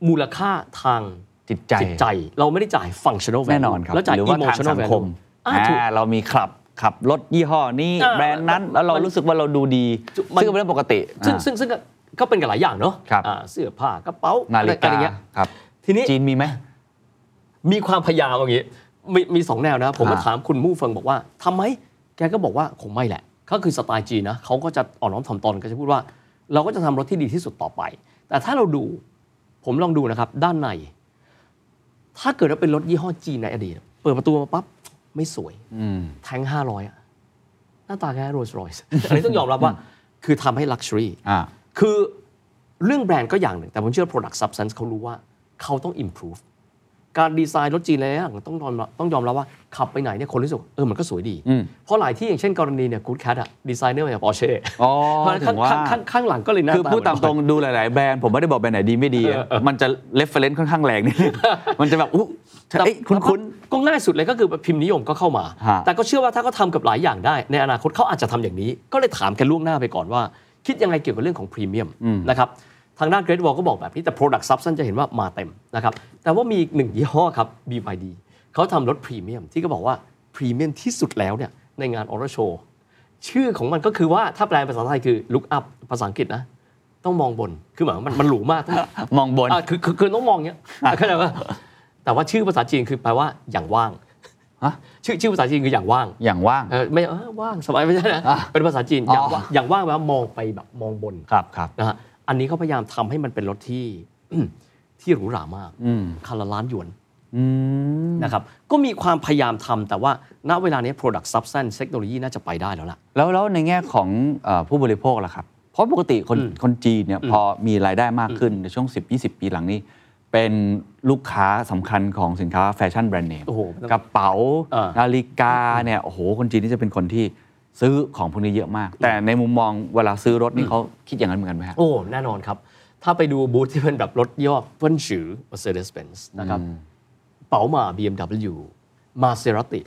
Speaker 1: มูลค่าทาง
Speaker 2: จิตใจ
Speaker 1: จิตใจ เราไม่ได้จ่าย functional value
Speaker 2: แน่นอนครับ
Speaker 1: แล้วจ่าย
Speaker 2: หรือว่าทาง
Speaker 1: emotional
Speaker 2: สังคม
Speaker 1: value อ่าถูก
Speaker 2: อ่าเรามีขับขับรถยี่ห้อนี้
Speaker 1: อ่า
Speaker 2: แบรนด์นั้น แล้วเรารู้สึกว่าเราดูดี
Speaker 1: จุมัน
Speaker 2: ซึ่งเป็นเรื่องปกติ
Speaker 1: ซึ่ง
Speaker 2: อ่า
Speaker 1: ซึ่งซึ่งก็ก็เป็นกันหลายอย่างเนาะ
Speaker 2: ครับ
Speaker 1: อ่าเสื้อผ้ากระเป๋า
Speaker 2: นาฬิ
Speaker 1: อะไรอะ
Speaker 2: กา
Speaker 1: ไรเงี้ย
Speaker 2: ครับ
Speaker 1: ทีนี้
Speaker 2: จีนมีไหม
Speaker 1: มีความพยายามอย่างนี้มีมีสองแนวนะ ผมก็
Speaker 2: อ่า
Speaker 1: ถามคุณมู่เฟิงบอกว่าทำไมแกก็บอกว่าคงไม่แหละ ก็คือสไตล์จีนนะเขาก็จะอ่อนน้อมถ่อมตนก็จะพูดว่า เราก็จะทำรถที่ดีที่สุดต่อไป แต่ถ้าเราดูผมลองดูนะครับ ด้านใน ถ้าเกิดว่าเป็นรถยี่ห้อจีนในอดีต เปิดประตูมาปั๊บ ไม่สวย
Speaker 2: อืม
Speaker 1: แทงห้าร้อยอะหน้าตาแค่โรลส์รอยส์อันนี้ต้องยอมรับว่า คือทำให้ลักชัวรี่
Speaker 2: อ่า
Speaker 1: คือเรื่องแบรนด์ก็อย่างหนึ่ง แต่ผมเชื่อ product substance เขารู้ว่าเขาต้อง improve การดีไซน์รถจีนอะไรอย่างต้องยอมรับต้องยอมรับว่าขับไปไหนเนี่ยคนรู้สึกเออมันก็สวยดี
Speaker 2: อืม
Speaker 1: เพราะหลายที่อย่างเช่นกรณีเนี่ยกูดแคทอะดีไซเนอร์มาจากปอเช่
Speaker 2: อ๋อ
Speaker 1: เพราะฉะนั้น
Speaker 2: ถึงว่า
Speaker 1: ข้างข้างข้างหลังก็เลยหน้า
Speaker 2: คือพูดตาม
Speaker 1: เหน
Speaker 2: ตรงดูหลาย ๆ แบรนด์ ผมไม่ได้บอกแบรนด์ไหนดีไม่ดีอะมันจะเลฟเฟรนซ์ค่อนข้างแรงนิดนึ งมันจะแบบอุ๊ย
Speaker 1: แต่
Speaker 2: เอ้ยคุ้น
Speaker 1: ก็ง่ายสุดเลยก็คือพิมพ์นิยมก็เข้ามา
Speaker 2: ฮะ
Speaker 1: แต่ก็เชื่อว่าถ้าเขาทำกับหลายอย่างได้ ในอนาคตเขาอาจจะทำอย่างนี้ ก็เลยถามกันล่วงหน้าไปก่อนว่า คิดยังไงเกี่ยวกับเรื่องของพรีเมียมนะครับทางด้าน Great Wall ก็บอกแบบนี้ แต่ Product s u b s t a n c e จะเห็นว่ามาเต็มนะครับแต่ว่ามีอีกหนึ่งยี่ห้อครับ BYD เขาทำรถพรีเมียมที่ก็บอกว่าพรีเมียมที่สุดแล้วเนี่ยในงานออร์โชชื่อของมันก็คือว่าถ้าแปลเป็นภาษาไทยคือ look up ภาษาอังกฤษนะต้องมองบนคือหมายความว่ามันมันหรูมากต้อง
Speaker 2: ๆ มองบน
Speaker 1: อ่ะคือคือคือต้องมองเงี้ยเข้าใจป่ะแต่ว่าชื่อภาษาจีนคือแปลว่าอย่างว่าง
Speaker 2: ฮะ
Speaker 1: ชื่อชื่อภาษาจีนคืออย่างว่าง
Speaker 2: อย่างว่าง
Speaker 1: เออไม่เออว่างสบายไม่ใช่นะ
Speaker 2: อ่ะ
Speaker 1: เป็นภาษาจีนอย่าง
Speaker 2: อ๋อ
Speaker 1: ว่าอย่างว่างแปลว่ามองไปแบบมองบน
Speaker 2: ครับครับ
Speaker 1: นะฮะอันนี้เขาพยายามทำให้มันเป็นรถที่ ที่หรูหรามาก
Speaker 2: อืม
Speaker 1: คันละล้านหยวน
Speaker 2: อืม
Speaker 1: นะครับก็มีความพยายามทำแต่ว่าณเวลานี้ Product Substance เทคโนโลยีน่าจะไปได้แล้วล่ะ
Speaker 2: แล้วแล้วในแง่ของเอ่อผู้บริโภคล่ะครับ เพราะปกติคน
Speaker 1: อืม
Speaker 2: คนจีนเนี่ย
Speaker 1: อืม
Speaker 2: พอมีรายได้มากขึ้นในช่วง 10-20 ปีหลังนี้ เป็นลูกค้าสำคัญของสินค้าแฟชั่นแบรนด์เนม
Speaker 1: โอ้โห
Speaker 2: กระเป๋า
Speaker 1: เออ
Speaker 2: นาฬิกาเนี่ยโอ้โหคนจีนนี่จะเป็นคนที่ซื้อของพวกนี้เยอะมาก แต่ในมุมมองเวลาซื้อรถนี่เขาคิดอย่างนั้นเหมือนกันไหมฮะ
Speaker 1: โอ้ แน่นอนครับ ถ้าไปดูบูธที่เป็นแบบรถย่อเพิ่นฉือ Mercedes Benz นะครับเป๋าหมา BMW Maserati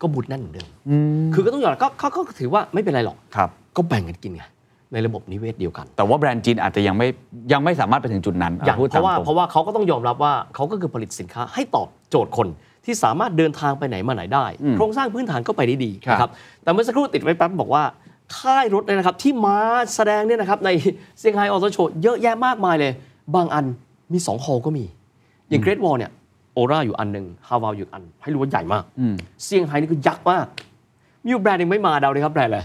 Speaker 1: ก็บูธแน่นเหมือนเดิม คือก็ต้องยอมรับก็เขาก็ถือว่าไม่เป็นไรหรอก
Speaker 2: ครับ
Speaker 1: ก็แบ่งกันกินไง ในระบบนิเวศเดียวกัน
Speaker 2: แต่ว่าแบรนด์จีนอาจจะยังไม่ยังไม่สามารถไปถึงจุดนั้น
Speaker 1: อย่าง
Speaker 2: พูด
Speaker 1: เพ
Speaker 2: ตาม
Speaker 1: ราะว่า
Speaker 2: ตรง
Speaker 1: เพราะว่าเขาก็ต้องยอมรับว่าเขาก็คือผลิตสินค้าให้ตอบโจทย์คนที่สามารถเดินทางไปไหนมาไหนได้ โครงสร้างพื้นฐานก็ไปได้ดีนะครับแต่เมื่อสักครู่ติดไว้แป๊บบอกว่า ค่ายรถเนี่ยนะครับ ที่มาแสดงเนี่ยนะครับ ในเซี่ยงไฮ้ออโตโชว์เยอะแยะมากมายเลย บางอันมี 2 ฮอลก็มี อย่างเกร t วอลเนี่ยโอราอยู่อันหนึ่งฮาวาวอยู่อัน ให้รู้ว่าใหญ่มากเซี่ยงไฮ้นี่คือยักษ์มากมีอยู่แบรนด์หนึงไม่มาเดาเลยครับแบรนด์อะไร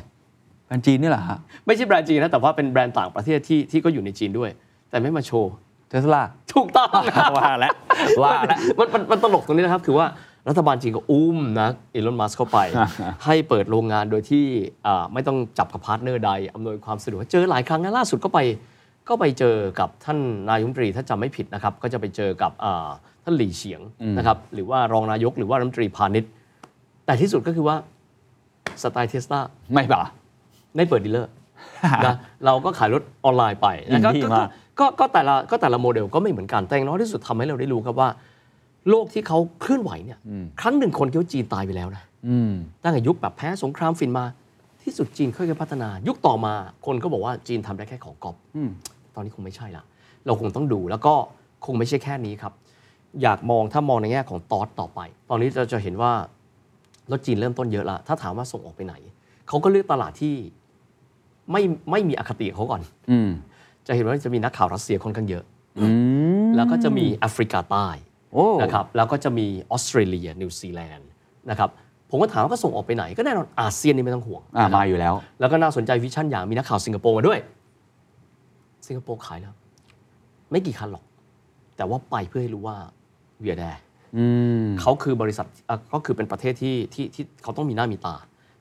Speaker 2: แบรนด์จีนนี่แหละฮะ
Speaker 1: ไม่ใช่แบรนด์จีนนะแต่ว่าเป็นแบรนด์ต่างประเทศที่ที่ก็อยู่ในจีนด้วย แต่ไม่มาโชว์
Speaker 2: เทสลา
Speaker 1: ถูกต้อง
Speaker 2: ว่าแล้วว่าแล้ว
Speaker 1: มันมันมันตลกตรงนี้นะครับ คือว่ารัฐบาลจีนก็อุ้มนะอีลอนมัสเข้าไป ให้เปิดโรงงานโดยที่อ่าไม่ต้องจับกับพาร์ทเนอร์ใดอำนวยความสะดวกเจอหลายครั้งนะล่าสุดก็ไปก็ไปเจอกับท่านนายกรัฐมนตรีถ้าจำไม่ผิดนะครับ ก็จะไปเจอกับอ่าท่านหลี่เฉียงนะครับหรือว่ารองนายกหรือว่ารัฐมนตรีพาณิชย์ แต่ที่สุดก็คือว่าสไตล์เทสลา
Speaker 2: ไม่เปล่า
Speaker 1: ได้เปิดดีลเลอ ร์ นะเราก็ขายรถออนไลน์ไปนะก็
Speaker 2: อินดี้
Speaker 1: ก็
Speaker 2: มาก
Speaker 1: ก็ก็แต่ละก็แต่ละโมเดลก็ไม่เหมือนกัน แต่อย่างน้อยที่สุดทำให้เราได้รู้ครับว่า โลกที่เขาเคลื่อนไหวเนี่ย ครั้งหนึ่งคนเกี่ยวาจีนตายไปแล้วนะ
Speaker 2: อืม
Speaker 1: ตั้งแต่ยุคแบบแพ้สงครามฟินมา ที่สุดจีนค่อยๆพัฒนา ยุคต่อมาคนก็บอกว่าจีนทำได้แค่ของกอบ
Speaker 2: อืม
Speaker 1: ตอนนี้คงไม่ใช่ละเราคงต้องดูแล้วก็คงไม่ใช่แค่นี้ครับ อยากมองถ้ามองในแง่ของตอสต่อไป ตอนนี้เราจะเห็นว่ารถจีนเริ่มต้นเยอะละถ้าถามว่าส่งออกไปไหนเขาก็เลือกตลาดที่ไม่ไม่มีอคติกับเขาก่อน
Speaker 2: อืม
Speaker 1: จะเห็นว่าจะมีนักข่าวรัสเซียค่อนข้างเยอะ
Speaker 2: อืม
Speaker 1: แล้วก็จะมีแอฟริกาใต้
Speaker 2: โอ้
Speaker 1: นะครับแล้วก็จะมีออสเตรเลียนิวซีแลนด์นะครับผมก็ถามว่าก็ส่งออกไปไหน ก็แน่นอนอาเซียนนี่ไม่ต้องห่วง
Speaker 2: อ่า
Speaker 1: นะครับ
Speaker 2: มาอยู่แล้ว
Speaker 1: แล้วก็น่าสนใจวิชั่นอย่างมีนักข่าวสิงคโปร์มาด้วย สิงคโปร์ขายแล้ว ไม่กี่คันหรอก แต่ว่าไปเพื่อให้รู้ว่าเวียแด
Speaker 2: อืม
Speaker 1: เขาคือบริษัทเอ่อก็คือเป็นประเทศที่ที่ที่เขาต้องมีหน้ามีตา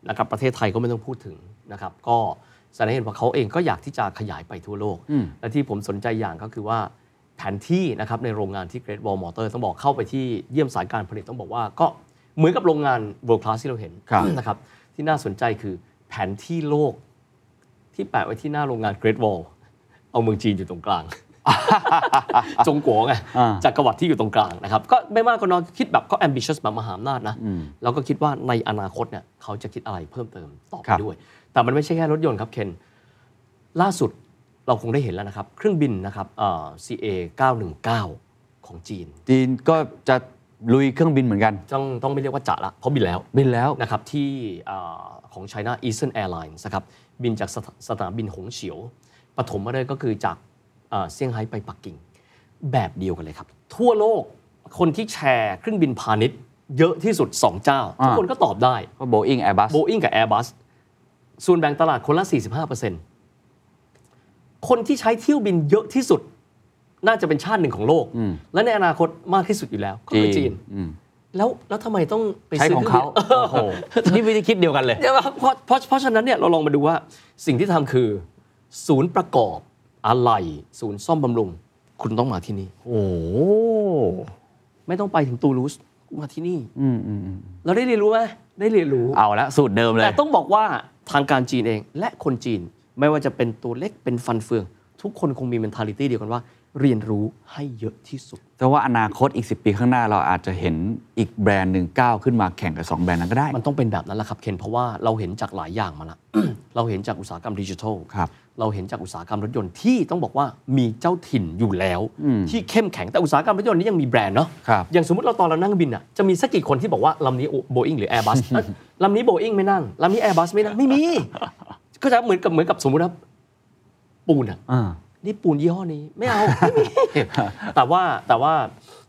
Speaker 1: นะครับประเทศไทยก็ไม่ต้องพูดถึงนะครับ ก็แสดงให้เห็นว่าเขาเองก็อยากที่จะขยายไปทั่วโลก
Speaker 2: อืม
Speaker 1: และที่ผมสนใจอย่างก็คือว่าแผนที่นะครับในโรงงานที่ Great Wall Motor ต้องบอกเข้าไปที่เยี่ยมสายการผลิตต้องบอกว่าก็เหมือนกับโรงงาน World Class ที่เราเห็น
Speaker 2: ครับ
Speaker 1: นะครับที่น่าสนใจคือแผนที่โลกที่แปะไว้ที่หน้าโรงงาน Great Wall เอาเมืองจีนอยู่ตรงกลาง จงกัวไง
Speaker 2: อ่า
Speaker 1: จักรวรรดิที่อยู่ตรงกลางนะครับก็ไม่มากก็น้อยคิดแบบก็ ambitious แบบมหาอำนาจนะ
Speaker 2: อืม
Speaker 1: แล้วก็คิดว่าในอนาคตเนี่ยเขาจะคิดอะไรเพิ่มเติมต่อไป
Speaker 2: ครับ
Speaker 1: ด้วย แต่มันไม่ใช่แค่รถยนต์ครับเคน ล่าสุดเราคงได้เห็นแล้วนะครับ เครื่องบินนะครับเอ่อ CA 919 ของจีน
Speaker 2: จีนก็จะลุยเครื่องบินเหมือนกัน
Speaker 1: ต้องต้องไม่เรียกว่าจะละ เพราะบินแล้ว
Speaker 2: บินแล้ว
Speaker 1: นะครับที่เอ่อของ China Eastern Airlines นะครับบินจากสถสนามบินหงเฉียวปฐมมาเลยก็คือจากเอ่อเซี่ยงไฮ้ไปปักกิ่ง แบบเดียวกันเลยครับ ทั่วโลกคนที่แชร์เครื่องบินพาณิชย์ เยอะที่สุดสองเจ้าทุกคนก็ตอบได้
Speaker 2: ก็โบอิงแอร์บัส
Speaker 1: โบอิงกับ Airbus ส่วนแบ่งตลาดคนละ 45%คนที่ใช้เที่ยวบินเยอะที่สุด น่าจะเป็นชาติหนึ่งของโลก
Speaker 2: อืม
Speaker 1: และในอนาคตมากที่สุดอยู่แล้ว ก็คือจีน
Speaker 2: อืม
Speaker 1: แล้วแล้วทำไมต้องไป
Speaker 2: ใช้
Speaker 1: ซื้อ
Speaker 2: ของเขา
Speaker 1: ครื่ บิน
Speaker 2: โอ้โหนี่วิธีคิดเดียวกันเลย
Speaker 1: เดี๋ยวนะครับเพราะเพราะเพราะฉะนั้นเนี่ยเราลองมาดูว่าสิ่งที่ทำคือ ศูนย์ประกอบอะไหล่ศูนย์ซ่อมบำรุง คุณต้องมาที่นี่
Speaker 2: โอ้โห
Speaker 1: ไม่ต้องไปถึงตูลูสมาที่นี่
Speaker 2: อืมอืมอืม
Speaker 1: เราได้เรียนรู้ไหมได้เรียนรู้
Speaker 2: เอาละสูตรเดิมเลย
Speaker 1: แต่ต้องบอกว่าทางการจีนเองและคนจีนไม่ว่าจะเป็นตัวเล็กเป็นฟันเฟือง ทุกคนคงมี mentality เดียวกันว่า เรียนรู้ให้เยอะที่สุด
Speaker 2: แต่ว่าอนาคตอีก 10 ปีข้างหน้าเราอาจจะเห็นอีกแบรนด์หนึ่งก้าวขึ้นมาแข่งกับ 2 แบรนด์นั้นก็ได้
Speaker 1: มันต้องเป็นแบบนั้นแหละครับเคนเพราะว่าเราเห็นจากหลายอย่างมาละ เราเห็นจากอุตสาหกรรมดิจิทัล
Speaker 2: ครับ
Speaker 1: เราเห็นจากอุตสาหกรรมรถยนต์ที่ต้องบอกว่ามีเจ้าถิ่นอยู่แล้ว ที่เข้มแข็งแต่อุตสาหกรรมรถยนต์นี้ยังมีแบรนด์เนาะ
Speaker 2: ครับ
Speaker 1: อย่างสมมติเราตอนเรานั่งบินอ่ะจะมีสักกี่คนที่บอกว่าลำนี้โบอิงหรือ Airbus เอ้ยลำนี้โบอิงไม่นั่งลำนี้ Airbus ไม่นั่งไม่มี ก็จะเหมือนกับเหมือนกับสมมติว่าปูนอ่ะ
Speaker 2: อ่า
Speaker 1: นี่ปูนยี่ห้อนี้ไม่ เอา ไม่มี แต่ว่าแต่ว่า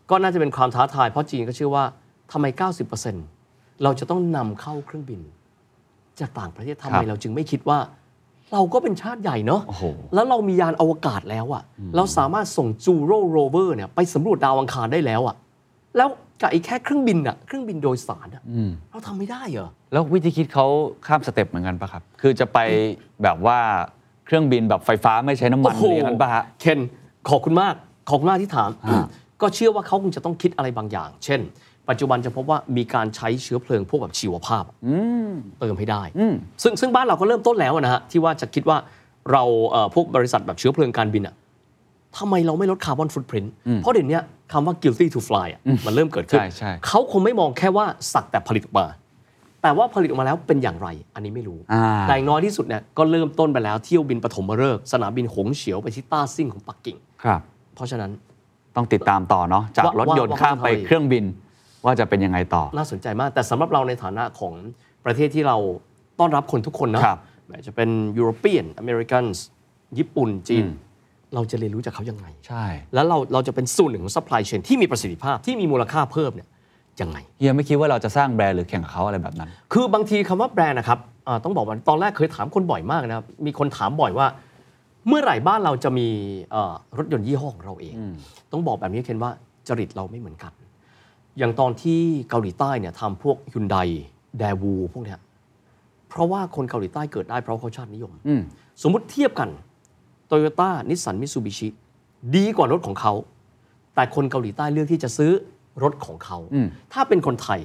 Speaker 1: ก็น่าจะเป็นความท้าทายเพราะจีนก็เชื่อว่าทำไม 90%น เราจะต้องนำเข้าเครื่องบิน จากต่างประเทศทำ
Speaker 2: ครั
Speaker 1: ไม
Speaker 2: บ
Speaker 1: เราจึงไม่คิดว่า เราก็เป็นชาติใหญ่เนอะ
Speaker 2: โอ้โห
Speaker 1: แล้วเรามียานอวกาศแล้วอะเราสามารถส่งจูโรโรเวอร์เนี่ยไปสำรวจดาวอังคารได้แล้วอะแล้วกับไอ้แค่เครื่องบินอะเครื่องบินโดยสารอะ
Speaker 2: อืม
Speaker 1: เราทำไม่ได้เหรอ
Speaker 2: แล้ววิธีคิดเขาข้ามสเต็ปเหมือนกันปะครับ คือจะไปแบบว่าเครื่องบินแบบไฟฟ้าไม่ใช้น้ำมัน
Speaker 1: โอ้โห
Speaker 2: อะไรอย่างนั้นปะฮะ
Speaker 1: เคนขอบคุณมาก ขอบคุณมากที่ถาม
Speaker 2: อ่า
Speaker 1: ก็เชื่อว่าเขาคงจะต้องคิดอะไรบางอย่าง เช่น ปัจจุบันจะพบว่ามีการใช้เชื้อเพลิงพวกแบบชีวภาพ
Speaker 2: อืม
Speaker 1: เติมให้ได้
Speaker 2: อืม
Speaker 1: ซึ่งซึ่งบ้านเราก็เริ่มต้นแล้วนะฮะ ที่ว่าจะคิดว่าเราเอ่อพวกบริษัทแบบเชื้อเพลิงการบินอะทำไมเราไม่ลดคาร์บอนฟุตพิ้นเพราะเดี๋ยวนี้คำว่า guilty to fly อะมันเริ่มเกิดขึ้น
Speaker 2: ใช่ใช่
Speaker 1: เขาคงไม่มองแค่ว่าสักแต่ผลิตออกมา แต่ว่าผลิตออกมาแล้วเป็นอย่างไร อันนี้ไม่รู้
Speaker 2: อ่า
Speaker 1: แต่อย่างน้อยที่สุดเนี่ยก็เริ่มต้นไปแล้วเที่ยวบินปฐมฤกษ์สนามบินหงเฉียวไปที่ต้าซิ่งของปักกิ่ง
Speaker 2: ครับ
Speaker 1: เพราะฉะนั้น
Speaker 2: ต้องติดตามต่อเนาะ จาก
Speaker 1: ว่าร
Speaker 2: ถยนต์ข้ามไป
Speaker 1: ว่าเขาจะทำอะไร
Speaker 2: เครื่องบินว่าจะเป็นยังไงต่อ
Speaker 1: น่าสนใจมาก แต่สำหรับเราในฐานะของประเทศที่เราต้อนรับคนทุกคนนะครับ แม้จะเป็นยุโรเปียนอเมริกันญี่ปุ่นจีน เราจะเรียนรู้จากเขายังไง
Speaker 2: ใช่
Speaker 1: แล้วเราเราจะเป็นส่วนหนึ่งของซัพพลายเชนที่มีประสิทธิภาพที่มีมูลค่าเพิ่มเนี่ยยังไง
Speaker 2: เฮียไม่คิดว่าเราจะสร้างแบรนด์หรือแข่งกับเขาอะไรแบบนั้น
Speaker 1: คือบางทีคำว่าแบรนด์นะครับอ่าต้องบอกว่าตอนแรกเคยถามคนบ่อยมากนะครับ มีคนถามบ่อยว่า เมื่อไหร่บ้านเราจะมีเอ่อรถยนต์ยี่ห้อของเราเอง ต้องบอกแบบนี้เคนว่าจริตเราไม่เหมือนกัน อย่างตอนที่เกาหลีใต้เนี่ยทำพวกยุนไดแดวูพวกเนี้ยเพราะว่าคนเกาหลีใต้เกิดได้เพราะเขาชาตินิยม
Speaker 2: อืม
Speaker 1: สมมุติเทียบกันโตโยต้านิสสันมิ u ูบิชิดีกว่ารถของเขา แต่คนเกาหลีใต้เลือกที่จะซื้อรถของเขา
Speaker 2: อืม
Speaker 1: ถ้าเป็นคนไทย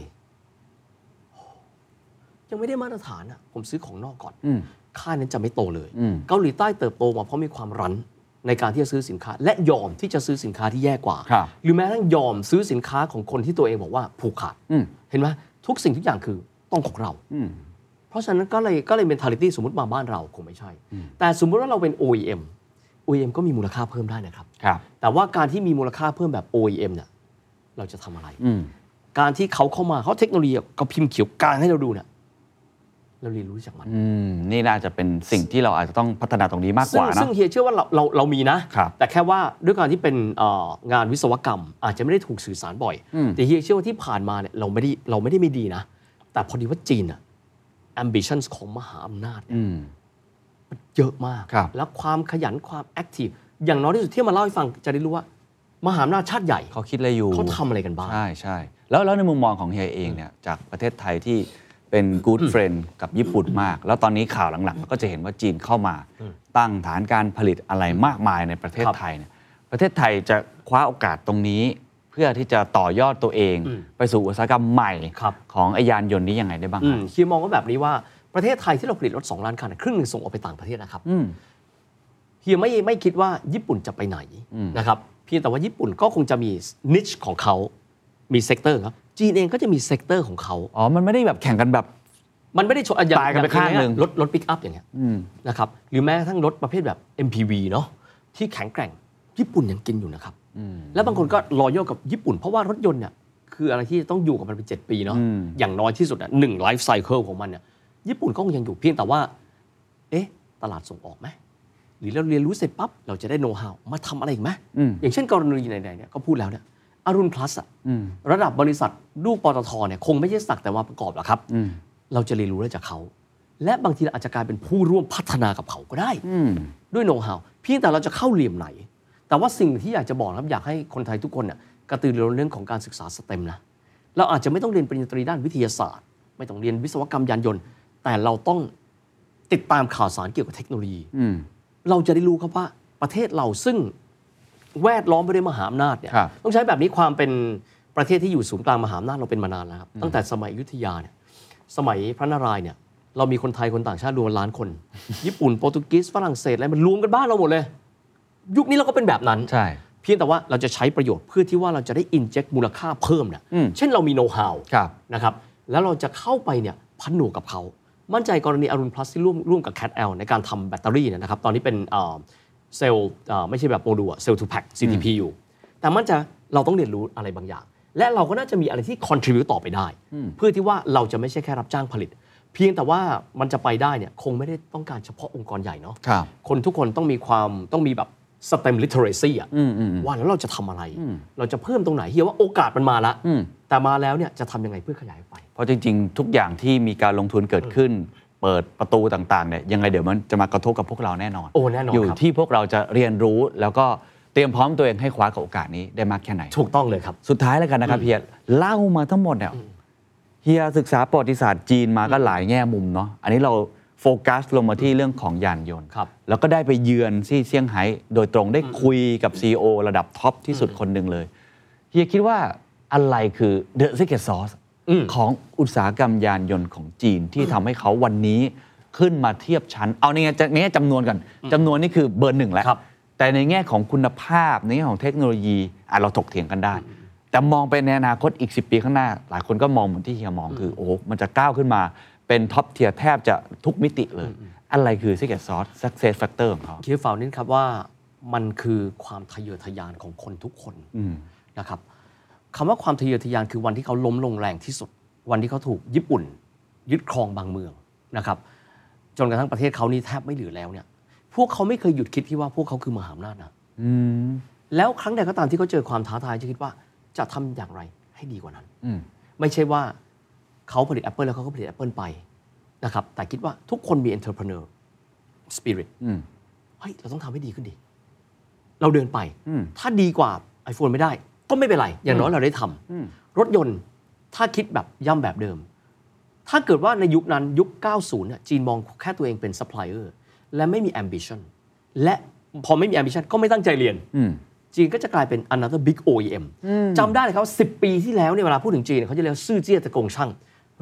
Speaker 1: ยังไม่ได้มาตรฐานอะผมซื้อของนอกก่อน
Speaker 2: อืม
Speaker 1: ค่านั้นจะไม่โตเลย
Speaker 2: อืม
Speaker 1: เกาหลีใต้เติบโตมาเพราะมีความรั้นในการที่จะซื้อสินค้า และยอมที่จะซื้อสินค้าที่แย่กว่า
Speaker 2: ครับ
Speaker 1: หรือแม้กระทั่งยอมซื้อสินค้าของคนที่ตัวเองบอกว่าผูกขาด
Speaker 2: อืม
Speaker 1: เห็นไหมทุกสิ่งทุกอย่างคือต้องของเรา
Speaker 2: อืม
Speaker 1: เพราะฉะนั้นก็เลยก็เลย mentality สมมติมาบ้านเราคงไม่ใช่ แต่สมมุติว่าเราเป็น OEM OEM ก็มีมูลค่าเพิ่มได้นะครับ
Speaker 2: ครับ
Speaker 1: แต่ว่าการที่มีมูลค่าเพิ่มแบบ OEM เนี่ยเราจะทำอะไร
Speaker 2: อืม
Speaker 1: การที่เขาเข้ามาเขาเทคโนโลยีเขาพิมพ์เขียวกลางให้เราดูเนี่ยเราเรียนรู้จากมัน
Speaker 2: อืม นี่น่าจะเป็นสิ่งที่เราอาจจะต้องพัฒนาตรงนี้มากก
Speaker 1: ซึ่ง
Speaker 2: ว่า
Speaker 1: ซึ่
Speaker 2: เนาะ
Speaker 1: งเฮียเชื่อว่าเราเราเรามีนะ
Speaker 2: ครับ
Speaker 1: แต่แค่ว่าด้วยการที่เป็นเอ่องานวิศวกรรม อาจจะไม่ได้ถูกสื่อสารบ่อย
Speaker 2: อืม
Speaker 1: แต่เฮียเชื่อว่าที่ผ่านมาเนี่ยเราไม่ได้เราไม่ได้ไม่ดีนะ แต่พอดีว่าจีนอะ ambitions ของมหาอำนาจเนี่ย
Speaker 2: อืม
Speaker 1: เยอะมาก
Speaker 2: ครับ
Speaker 1: แล้วความขยันความ active อย่างน้อยที่สุดที่มาเล่าให้ฟังจะได้รู้ว่า มหาอำนาจชาติใหญ่
Speaker 2: เขาคิดอะไรอยู่
Speaker 1: เขาทำอะไรกันบ้าง
Speaker 2: ใช่ใช่แล้วแล้วในมุมมองของเฮียเองเนี่ยจากประเทศไทยที่เป็นกู๊ดเฟรนด์กับญี่ปุ่นมาก แล้วตอนนี้ข่าวหลังๆ ก็จะเห็นว่าจีนเข้ามา ตั้งฐานการผลิตอะไรมากมายในประเทศ
Speaker 1: ครับ
Speaker 2: ไทยเนี่ยประเทศไทยจะคว้าโอกาสตรงนี้ เพื่อที่จะต่อยอดตัวเอง
Speaker 1: อืม
Speaker 2: ไปสู่อุตสาหกรรมใหม่
Speaker 1: ครับ
Speaker 2: ของไอยานยนต์นี้ยังไงได้บ้าง
Speaker 1: อื
Speaker 2: ครั
Speaker 1: ม
Speaker 2: บ
Speaker 1: เฮียมองว่าแบบนี้ว่าประเทศไทยที่เราผลิตรถ2ล้านคันนะครึ่งหนึ่งส่งออกไปต่างประเทศนะครับ
Speaker 2: อืม
Speaker 1: เฮียไม่ไม่คิดว่าญี่ปุ่นจะไปไหน
Speaker 2: อืม
Speaker 1: นะครับเพียงแต่ว่าญี่ปุ่นก็คงจะมีนิชของเขา มีเซกเตอร์ครับจีนเองก็จะมีเซกเตอร์ของเขา
Speaker 2: อ๋อ มันไม่ได้แบบแข่งกันแบบ
Speaker 1: มันไม่ได้ชนอ่ะอย่า
Speaker 2: ตายกันไป
Speaker 1: อย่
Speaker 2: ข้างหนึ่ง
Speaker 1: รถรถปิกอัพอย่างเงี้ย
Speaker 2: อืม
Speaker 1: นะครับหรือแม้กระทั่งรถประเภทแบบ MPV เนาะที่แข็งแกร่งญี่ปุ่นยังกินอยู่นะครับ
Speaker 2: อืม
Speaker 1: แล้วบางคนก็รอยย่อกับญี่ปุ่น เพราะว่ารถยนต์เนี่ยคืออะไรที่ต้องอยู่กับมันเป็นเจ็ดปีเนาะ
Speaker 2: อืม
Speaker 1: อย่างน้อยที่สุดอ่ะหนึ่งไลฟ์ไซเคิลของมันเนี่ยญี่ปุ่นก็คงยังอยู่เพียงแต่ว่า เอ๊ะ ตลาดส่งออกไหมหรือเราเรียนรู้เสร็จปั๊บ เราจะได้โน้ต h าวมาทำอะไรอีกไหม
Speaker 2: อืม
Speaker 1: อย่างเช่นกรณีไหนๆเนี่ยก็พูดแล้วเนี่ยอรุณพลัสอะ
Speaker 2: อืม
Speaker 1: ระดับบริษัทลูกปตทเนี่ยคงไม่ใช่สักแต่ว่าประกอบหรอกครับ
Speaker 2: อืม
Speaker 1: เราจะเรียนรู้ได้จากเขา และบางทีเราอาจจะกลายเป็นผู้ร่วมพัฒนากับเขาก็ได้
Speaker 2: อืม
Speaker 1: ด้วยโน้ต h าวเพียงแต่เราจะเข้าเหลี่ยมไหน แต่ว่าสิ่งที่อยากจะบอกนะครับ อยากให้คนไทยทุกคนเนี่ยกระตือรือร้นเรื่องของการศึกษาสเต็มนะ เราอาจจะไม่ต้องเรียนปริญญาตรีด้านวิทยาศาสตร์ ไม่ต้องเรียนวิศวกรรมยานยนต์ แต่เราต้องติดตามข่าวสารเกี่ยวกับเทคโนโลยี
Speaker 2: อืม
Speaker 1: เราจะได้รู้ครับว่าประเทศเราซึ่งแวดล้อมไปด้วยมหาอำนาจเนี่ย
Speaker 2: ครับ
Speaker 1: ต้องใช้แบบนี้ความเป็นประเทศที่อยู่ศูนย์กลางมหาอำนาจเราเป็นมานานแล้วครับตั้งแต่สมัยอยุทธยาเนี่ยสมัยพระนารายณ์เนี่ยเรามีคนไทยคนต่างชาติรวมล้านคน ญี่ปุ่นโปรตุเกสฝรั่งเศสอะไรมันรวมกันบ้านเราหมดเลย ยุคนี้เราก็เป็นแบบนั้น
Speaker 2: ใช่
Speaker 1: เพียงแต่ว่าเราจะใช้ประโยชน์เพื่อที่ว่าเราจะได้อินเจ t มูลค่าเพิ่มเนี่ย
Speaker 2: อืม
Speaker 1: เช่นเรามีโน้ตฮาว
Speaker 2: ครับ
Speaker 1: นะครับแล้วเราจะเข้าไปเนี่ยพันหนวกกับเขา มั่นใจกรณีอรุณพลัสที่ร่วมร่วมกับ Cat L ในการทำแบตเตอรี่เนยนะครับ ตอนนี้เป็นเอ่อเซลล์เอ่อไม่ใช่แบบโมดูลอะเซลล์ทูแพ็ค CTP อยู่แต่มั่นใจเราต้องเรียนรู้อะไรบางอย่าง และเราก็น่าจะมีอะไรที่ contribute ต่อไปได้ เพื่อที่ว่าเราจะไม่ใช่แค่รับจ้างผลิต เพียงแต่ว่ามันจะไปได้เนี่ยคงไม่ได้ต้องการเฉพาะองค์กรใหญ่เนาะ
Speaker 2: ครับ
Speaker 1: คนทุกคนต้องมีความต้องมีแบบสเต็มลิเทเรซีอ่ะ
Speaker 2: อืมอืมอืม
Speaker 1: ว่าแล้วเราจะทำอะไร เราจะเพิ่มตรงไหนเฮียว่าโอกาสมันมาละ
Speaker 2: อืม
Speaker 1: แต่มาแล้วเนี่ยจะทำยังไงเพื่อขยายไป
Speaker 2: เพ ราะจริง ๆ ทุกอย่างที่มีการลงทุนเกิดขึ้น เปิดประตูต่างๆเนี่ยยังไงเดี๋ยวมันจะมากระทบกับพวกเราแน่นอน
Speaker 1: โอ้แน่นอน
Speaker 2: ยู่
Speaker 1: ครับ
Speaker 2: ที่พวกเราจะเรียนรู้แล้วก็เตรียมพร้อมตัวเองให้คว้ากับโอกาสนี้ได้มากแค่ไหน
Speaker 1: ถูกต้องเลยครับ
Speaker 2: สุดท้ายแล้วกันนะครับเฮียเล่ามาทั้งหมดเนี่ยเฮียศึกษาประวัติศาสตร์จีนมาก็หลายแง่มุมเนาะอันนี้เราโฟกัสลงมาที่เรื่องของยานยนต์
Speaker 1: ครับ
Speaker 2: แล้วก็ได้ไปเยือนที่เซี่ยงไฮ้โดยตรงได้คุยกับ CEO ระดับท็อปที่สุดคนหนึ่งเลยเฮียคิดว่าอะไรคือ The Secret Sauce
Speaker 1: อืม
Speaker 2: ของอุตสาหกรรมยานยนต์ของจีนที่ทำให้เขาวันนี้ขึ้นมาเทียบชั้น เอาในแง่ในแง่จำนวนก่อนจำนวนนี่คือเบอร์หนึ่งแล้ว
Speaker 1: ครับ
Speaker 2: แต่ในแง่ของคุณภาพ ในแง่ของเทคโนโลยีอ่ะเราถกเถียงกันได้ แต่มองไปในอนาคตอีก 10 ปีข้างหน้า หลายคนก็มองเหมือนที่เฮียมองคือ โอ้โหมันจะก้าวขึ้นมาเป็นท็อปเทียร์แทบจะทุกมิติเลย อะไรคือ secret sauce success factor ของเขา
Speaker 1: เคียร์ฟาวนิดครับว่ามันคือความทะเยอทะยานของคนทุกคน
Speaker 2: อืม
Speaker 1: นะครับคำว่าความทะเยอทะยานคือวันที่เขาล้มลงแรงที่สุด วันที่เขาถูกญี่ปุ่น ยึดครองบางเมืองนะครับ จนกระทั่งประเทศเขานี่แทบไม่เหลือแล้วเนี่ย พวกเขาไม่เคยหยุดคิดที่ว่าพวกเขาคือมหาอำนาจนะ
Speaker 2: อืม
Speaker 1: แล้วครั้งใดก็ตามที่เขาเจอความท้าทายจะคิดว่าจะทำอย่างไรให้ดีกว่านั้น
Speaker 2: อืม
Speaker 1: ไม่ใช่ว่าเขาผลิต Apple แล้วเขาก็ผลิต Apple ไปนะครับแต่คิดว่าทุกคนมี entrepreneur spirit
Speaker 2: อืม
Speaker 1: เฮ้ย เราต้องทำให้ดีขึ้นดี เราเดินไป
Speaker 2: อืม
Speaker 1: ถ้าดีกว่า iPhone ไม่ได้ ก็ไม่เป็นไร อย่างน้อยเราได้ทำ
Speaker 2: อืม
Speaker 1: รถยนต์ถ้าคิดแบบย่ำแบบเดิม ถ้าเกิดว่าในยุคนั้นยุค 90เนี่ยจีนมองแค่ตัวเองเป็นซัพพลายเออร์และไม่มี ambition และพอไม่มี ambition ก็ไม่ตั้งใจเรียน
Speaker 2: อืม
Speaker 1: จีนก็จะกลายเป็น another big OEM จำได้เลยครับ10 ปีที่แล้วเนี่ยเวลาพูดถึงจีนเนี่ยเขาจะเรียกว่าซื่อเจี้ยตะกงช่าง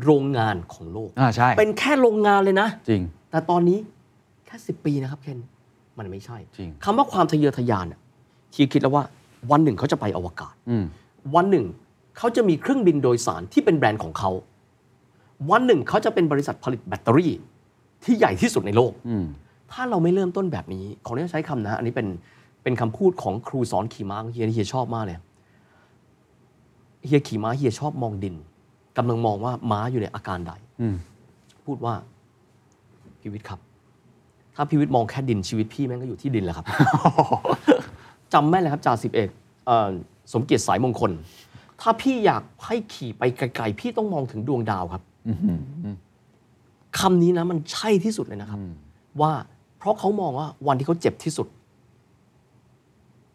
Speaker 1: โรงงานของโลก
Speaker 2: อ่าใช่
Speaker 1: เป็นแค่โรงงานเลยนะ
Speaker 2: จริง
Speaker 1: แต่ตอนนี้แค่สิปีนะครับเคนมันไม่ใช่
Speaker 2: จริง
Speaker 1: คำว่าความทะเยอทะยานอะคีคิดแล้วว่าวันหนึ่งเขาจะไปอวกาศ
Speaker 2: อืม
Speaker 1: วันหนึ่งเขาจะมีเครื่องบินโดยสารที่เป็นแบรนด์ของเขา วันหนึ่งเขาจะเป็นบริษัทผลิตแบตเตอรี่ ที่ใหญ่ที่สุดในโลก
Speaker 2: อืม
Speaker 1: ถ้าเราไม่เริ่มต้นแบบนี้ ขออนุญาตใช้คำนะ อันนี้เป็นเป็นคำพูดของครูสอนขี่ม้าของเฮียเฮียชอบมากเลยเฮียขี่ม้าเฮียชอบมองดินกำลังมองว่าม้าอยู่ในอาการใด
Speaker 2: อืม
Speaker 1: พูดว่าพิวิทย์ครับ ถ้าพิวิทย์มองแค่ดินชีวิตพี่แม่งก็อยู่ที่ดินแหละครับ จำแม่นเลยครับจ่าสิบเอกเอ่อสมเกียรติสายมงคล ถ้าพี่อยากให้ขี่ไปไกลๆพี่ต้องมองถึงดวงดาวครับคำนี้นะมันใช่ที่สุดเลยนะครับ ว่าเพราะเขามองว่าวันที่เขาเจ็บที่สุด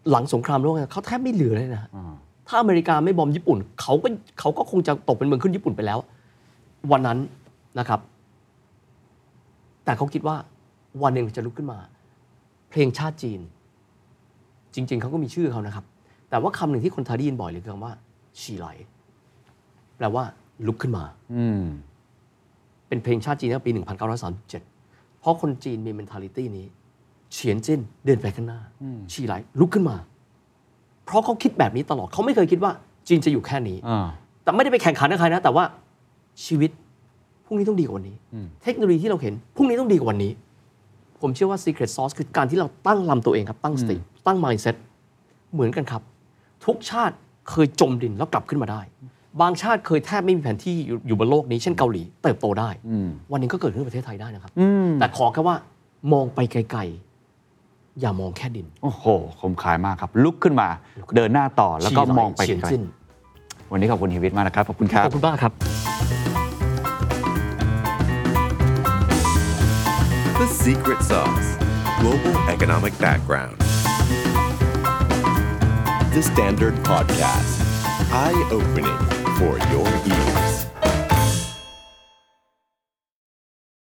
Speaker 1: หลังสงครามโลกเนี่ยเขาแทบไม่เหลือเลยนะฮะถ้าอเมริกาไม่บอมญี่ปุ่นเขาก็เขาก็คงจะตกเป็นเมืองขึ้นญี่ปุ่นไปแล้ว วันนั้นนะครับ แต่เขาคิดว่าวันหนึ่งจะลุกขึ้นมา เพลงชาติจีน จริง ๆ เขาก็มีชื่อเขานะครับ แต่ว่าคำหนึ่งที่คนไทยได้ยินบ่อยเหลยคือคำว่า ฉีไหล แปลว่าลุกขึ้นมา
Speaker 2: อืม
Speaker 1: เป็นเพลงชาติจีนตั้งแต่ปี 1937 เพราะคนจีนมี mentality นี้ เฉียนจิ้นเดินไปข้างหน้า ฉีไหล ลุกขึ้นมา เพราะเขาคิดแบบนี้ตลอดเขาไม่เคยคิดว่าจีนจะอยู่แค่นี้
Speaker 2: อ่า
Speaker 1: แต่ไม่ได้ไปแข่งขันกับใครนะ แต่ว่าชีวิตพรุ่งนี้ต้องดีกว่าวันนี้
Speaker 2: อืม
Speaker 1: เทคโนโลยีที่เราเห็นพรุ่งนี้ต้องดีกว่าวันนี้ ผมเชื่อว่า Secret Sauce คือการที่เราตั้งลำตัวเองครับ ตั้งสติ ตั้ง mindset เหมือนกันครับ ทุกชาติเคยจมดินแล้วกลับขึ้นมาได้ บางชาติเคยแทบไม่มีแผนที่อยู่อยู่บนโลกนี้ เช่นเกาหลี เติบโตได้
Speaker 2: อืม
Speaker 1: วันหนึงก็เกิดขึ้นในประเทศไทยได้นะครับ
Speaker 2: อืม
Speaker 1: แต่ขอแค่ว่า มองไปไกลๆอย่ามองแค่ดิน
Speaker 2: โอ้โห คมขายมากครับ ลุกขึ้นมา เดินหน้าต่อ แล้วก็มองไป
Speaker 1: เฉียน
Speaker 2: ไกล
Speaker 1: จิ้น
Speaker 2: ๆวันนี้ขอบคุณเฮียวิทย์มากนะครับ ขอบคุณครั
Speaker 1: ข
Speaker 2: บ
Speaker 1: อบคุณมากครับ
Speaker 3: The Secret Sauce Global Economic Background. The Standard Podcast. Eye opening for your ears.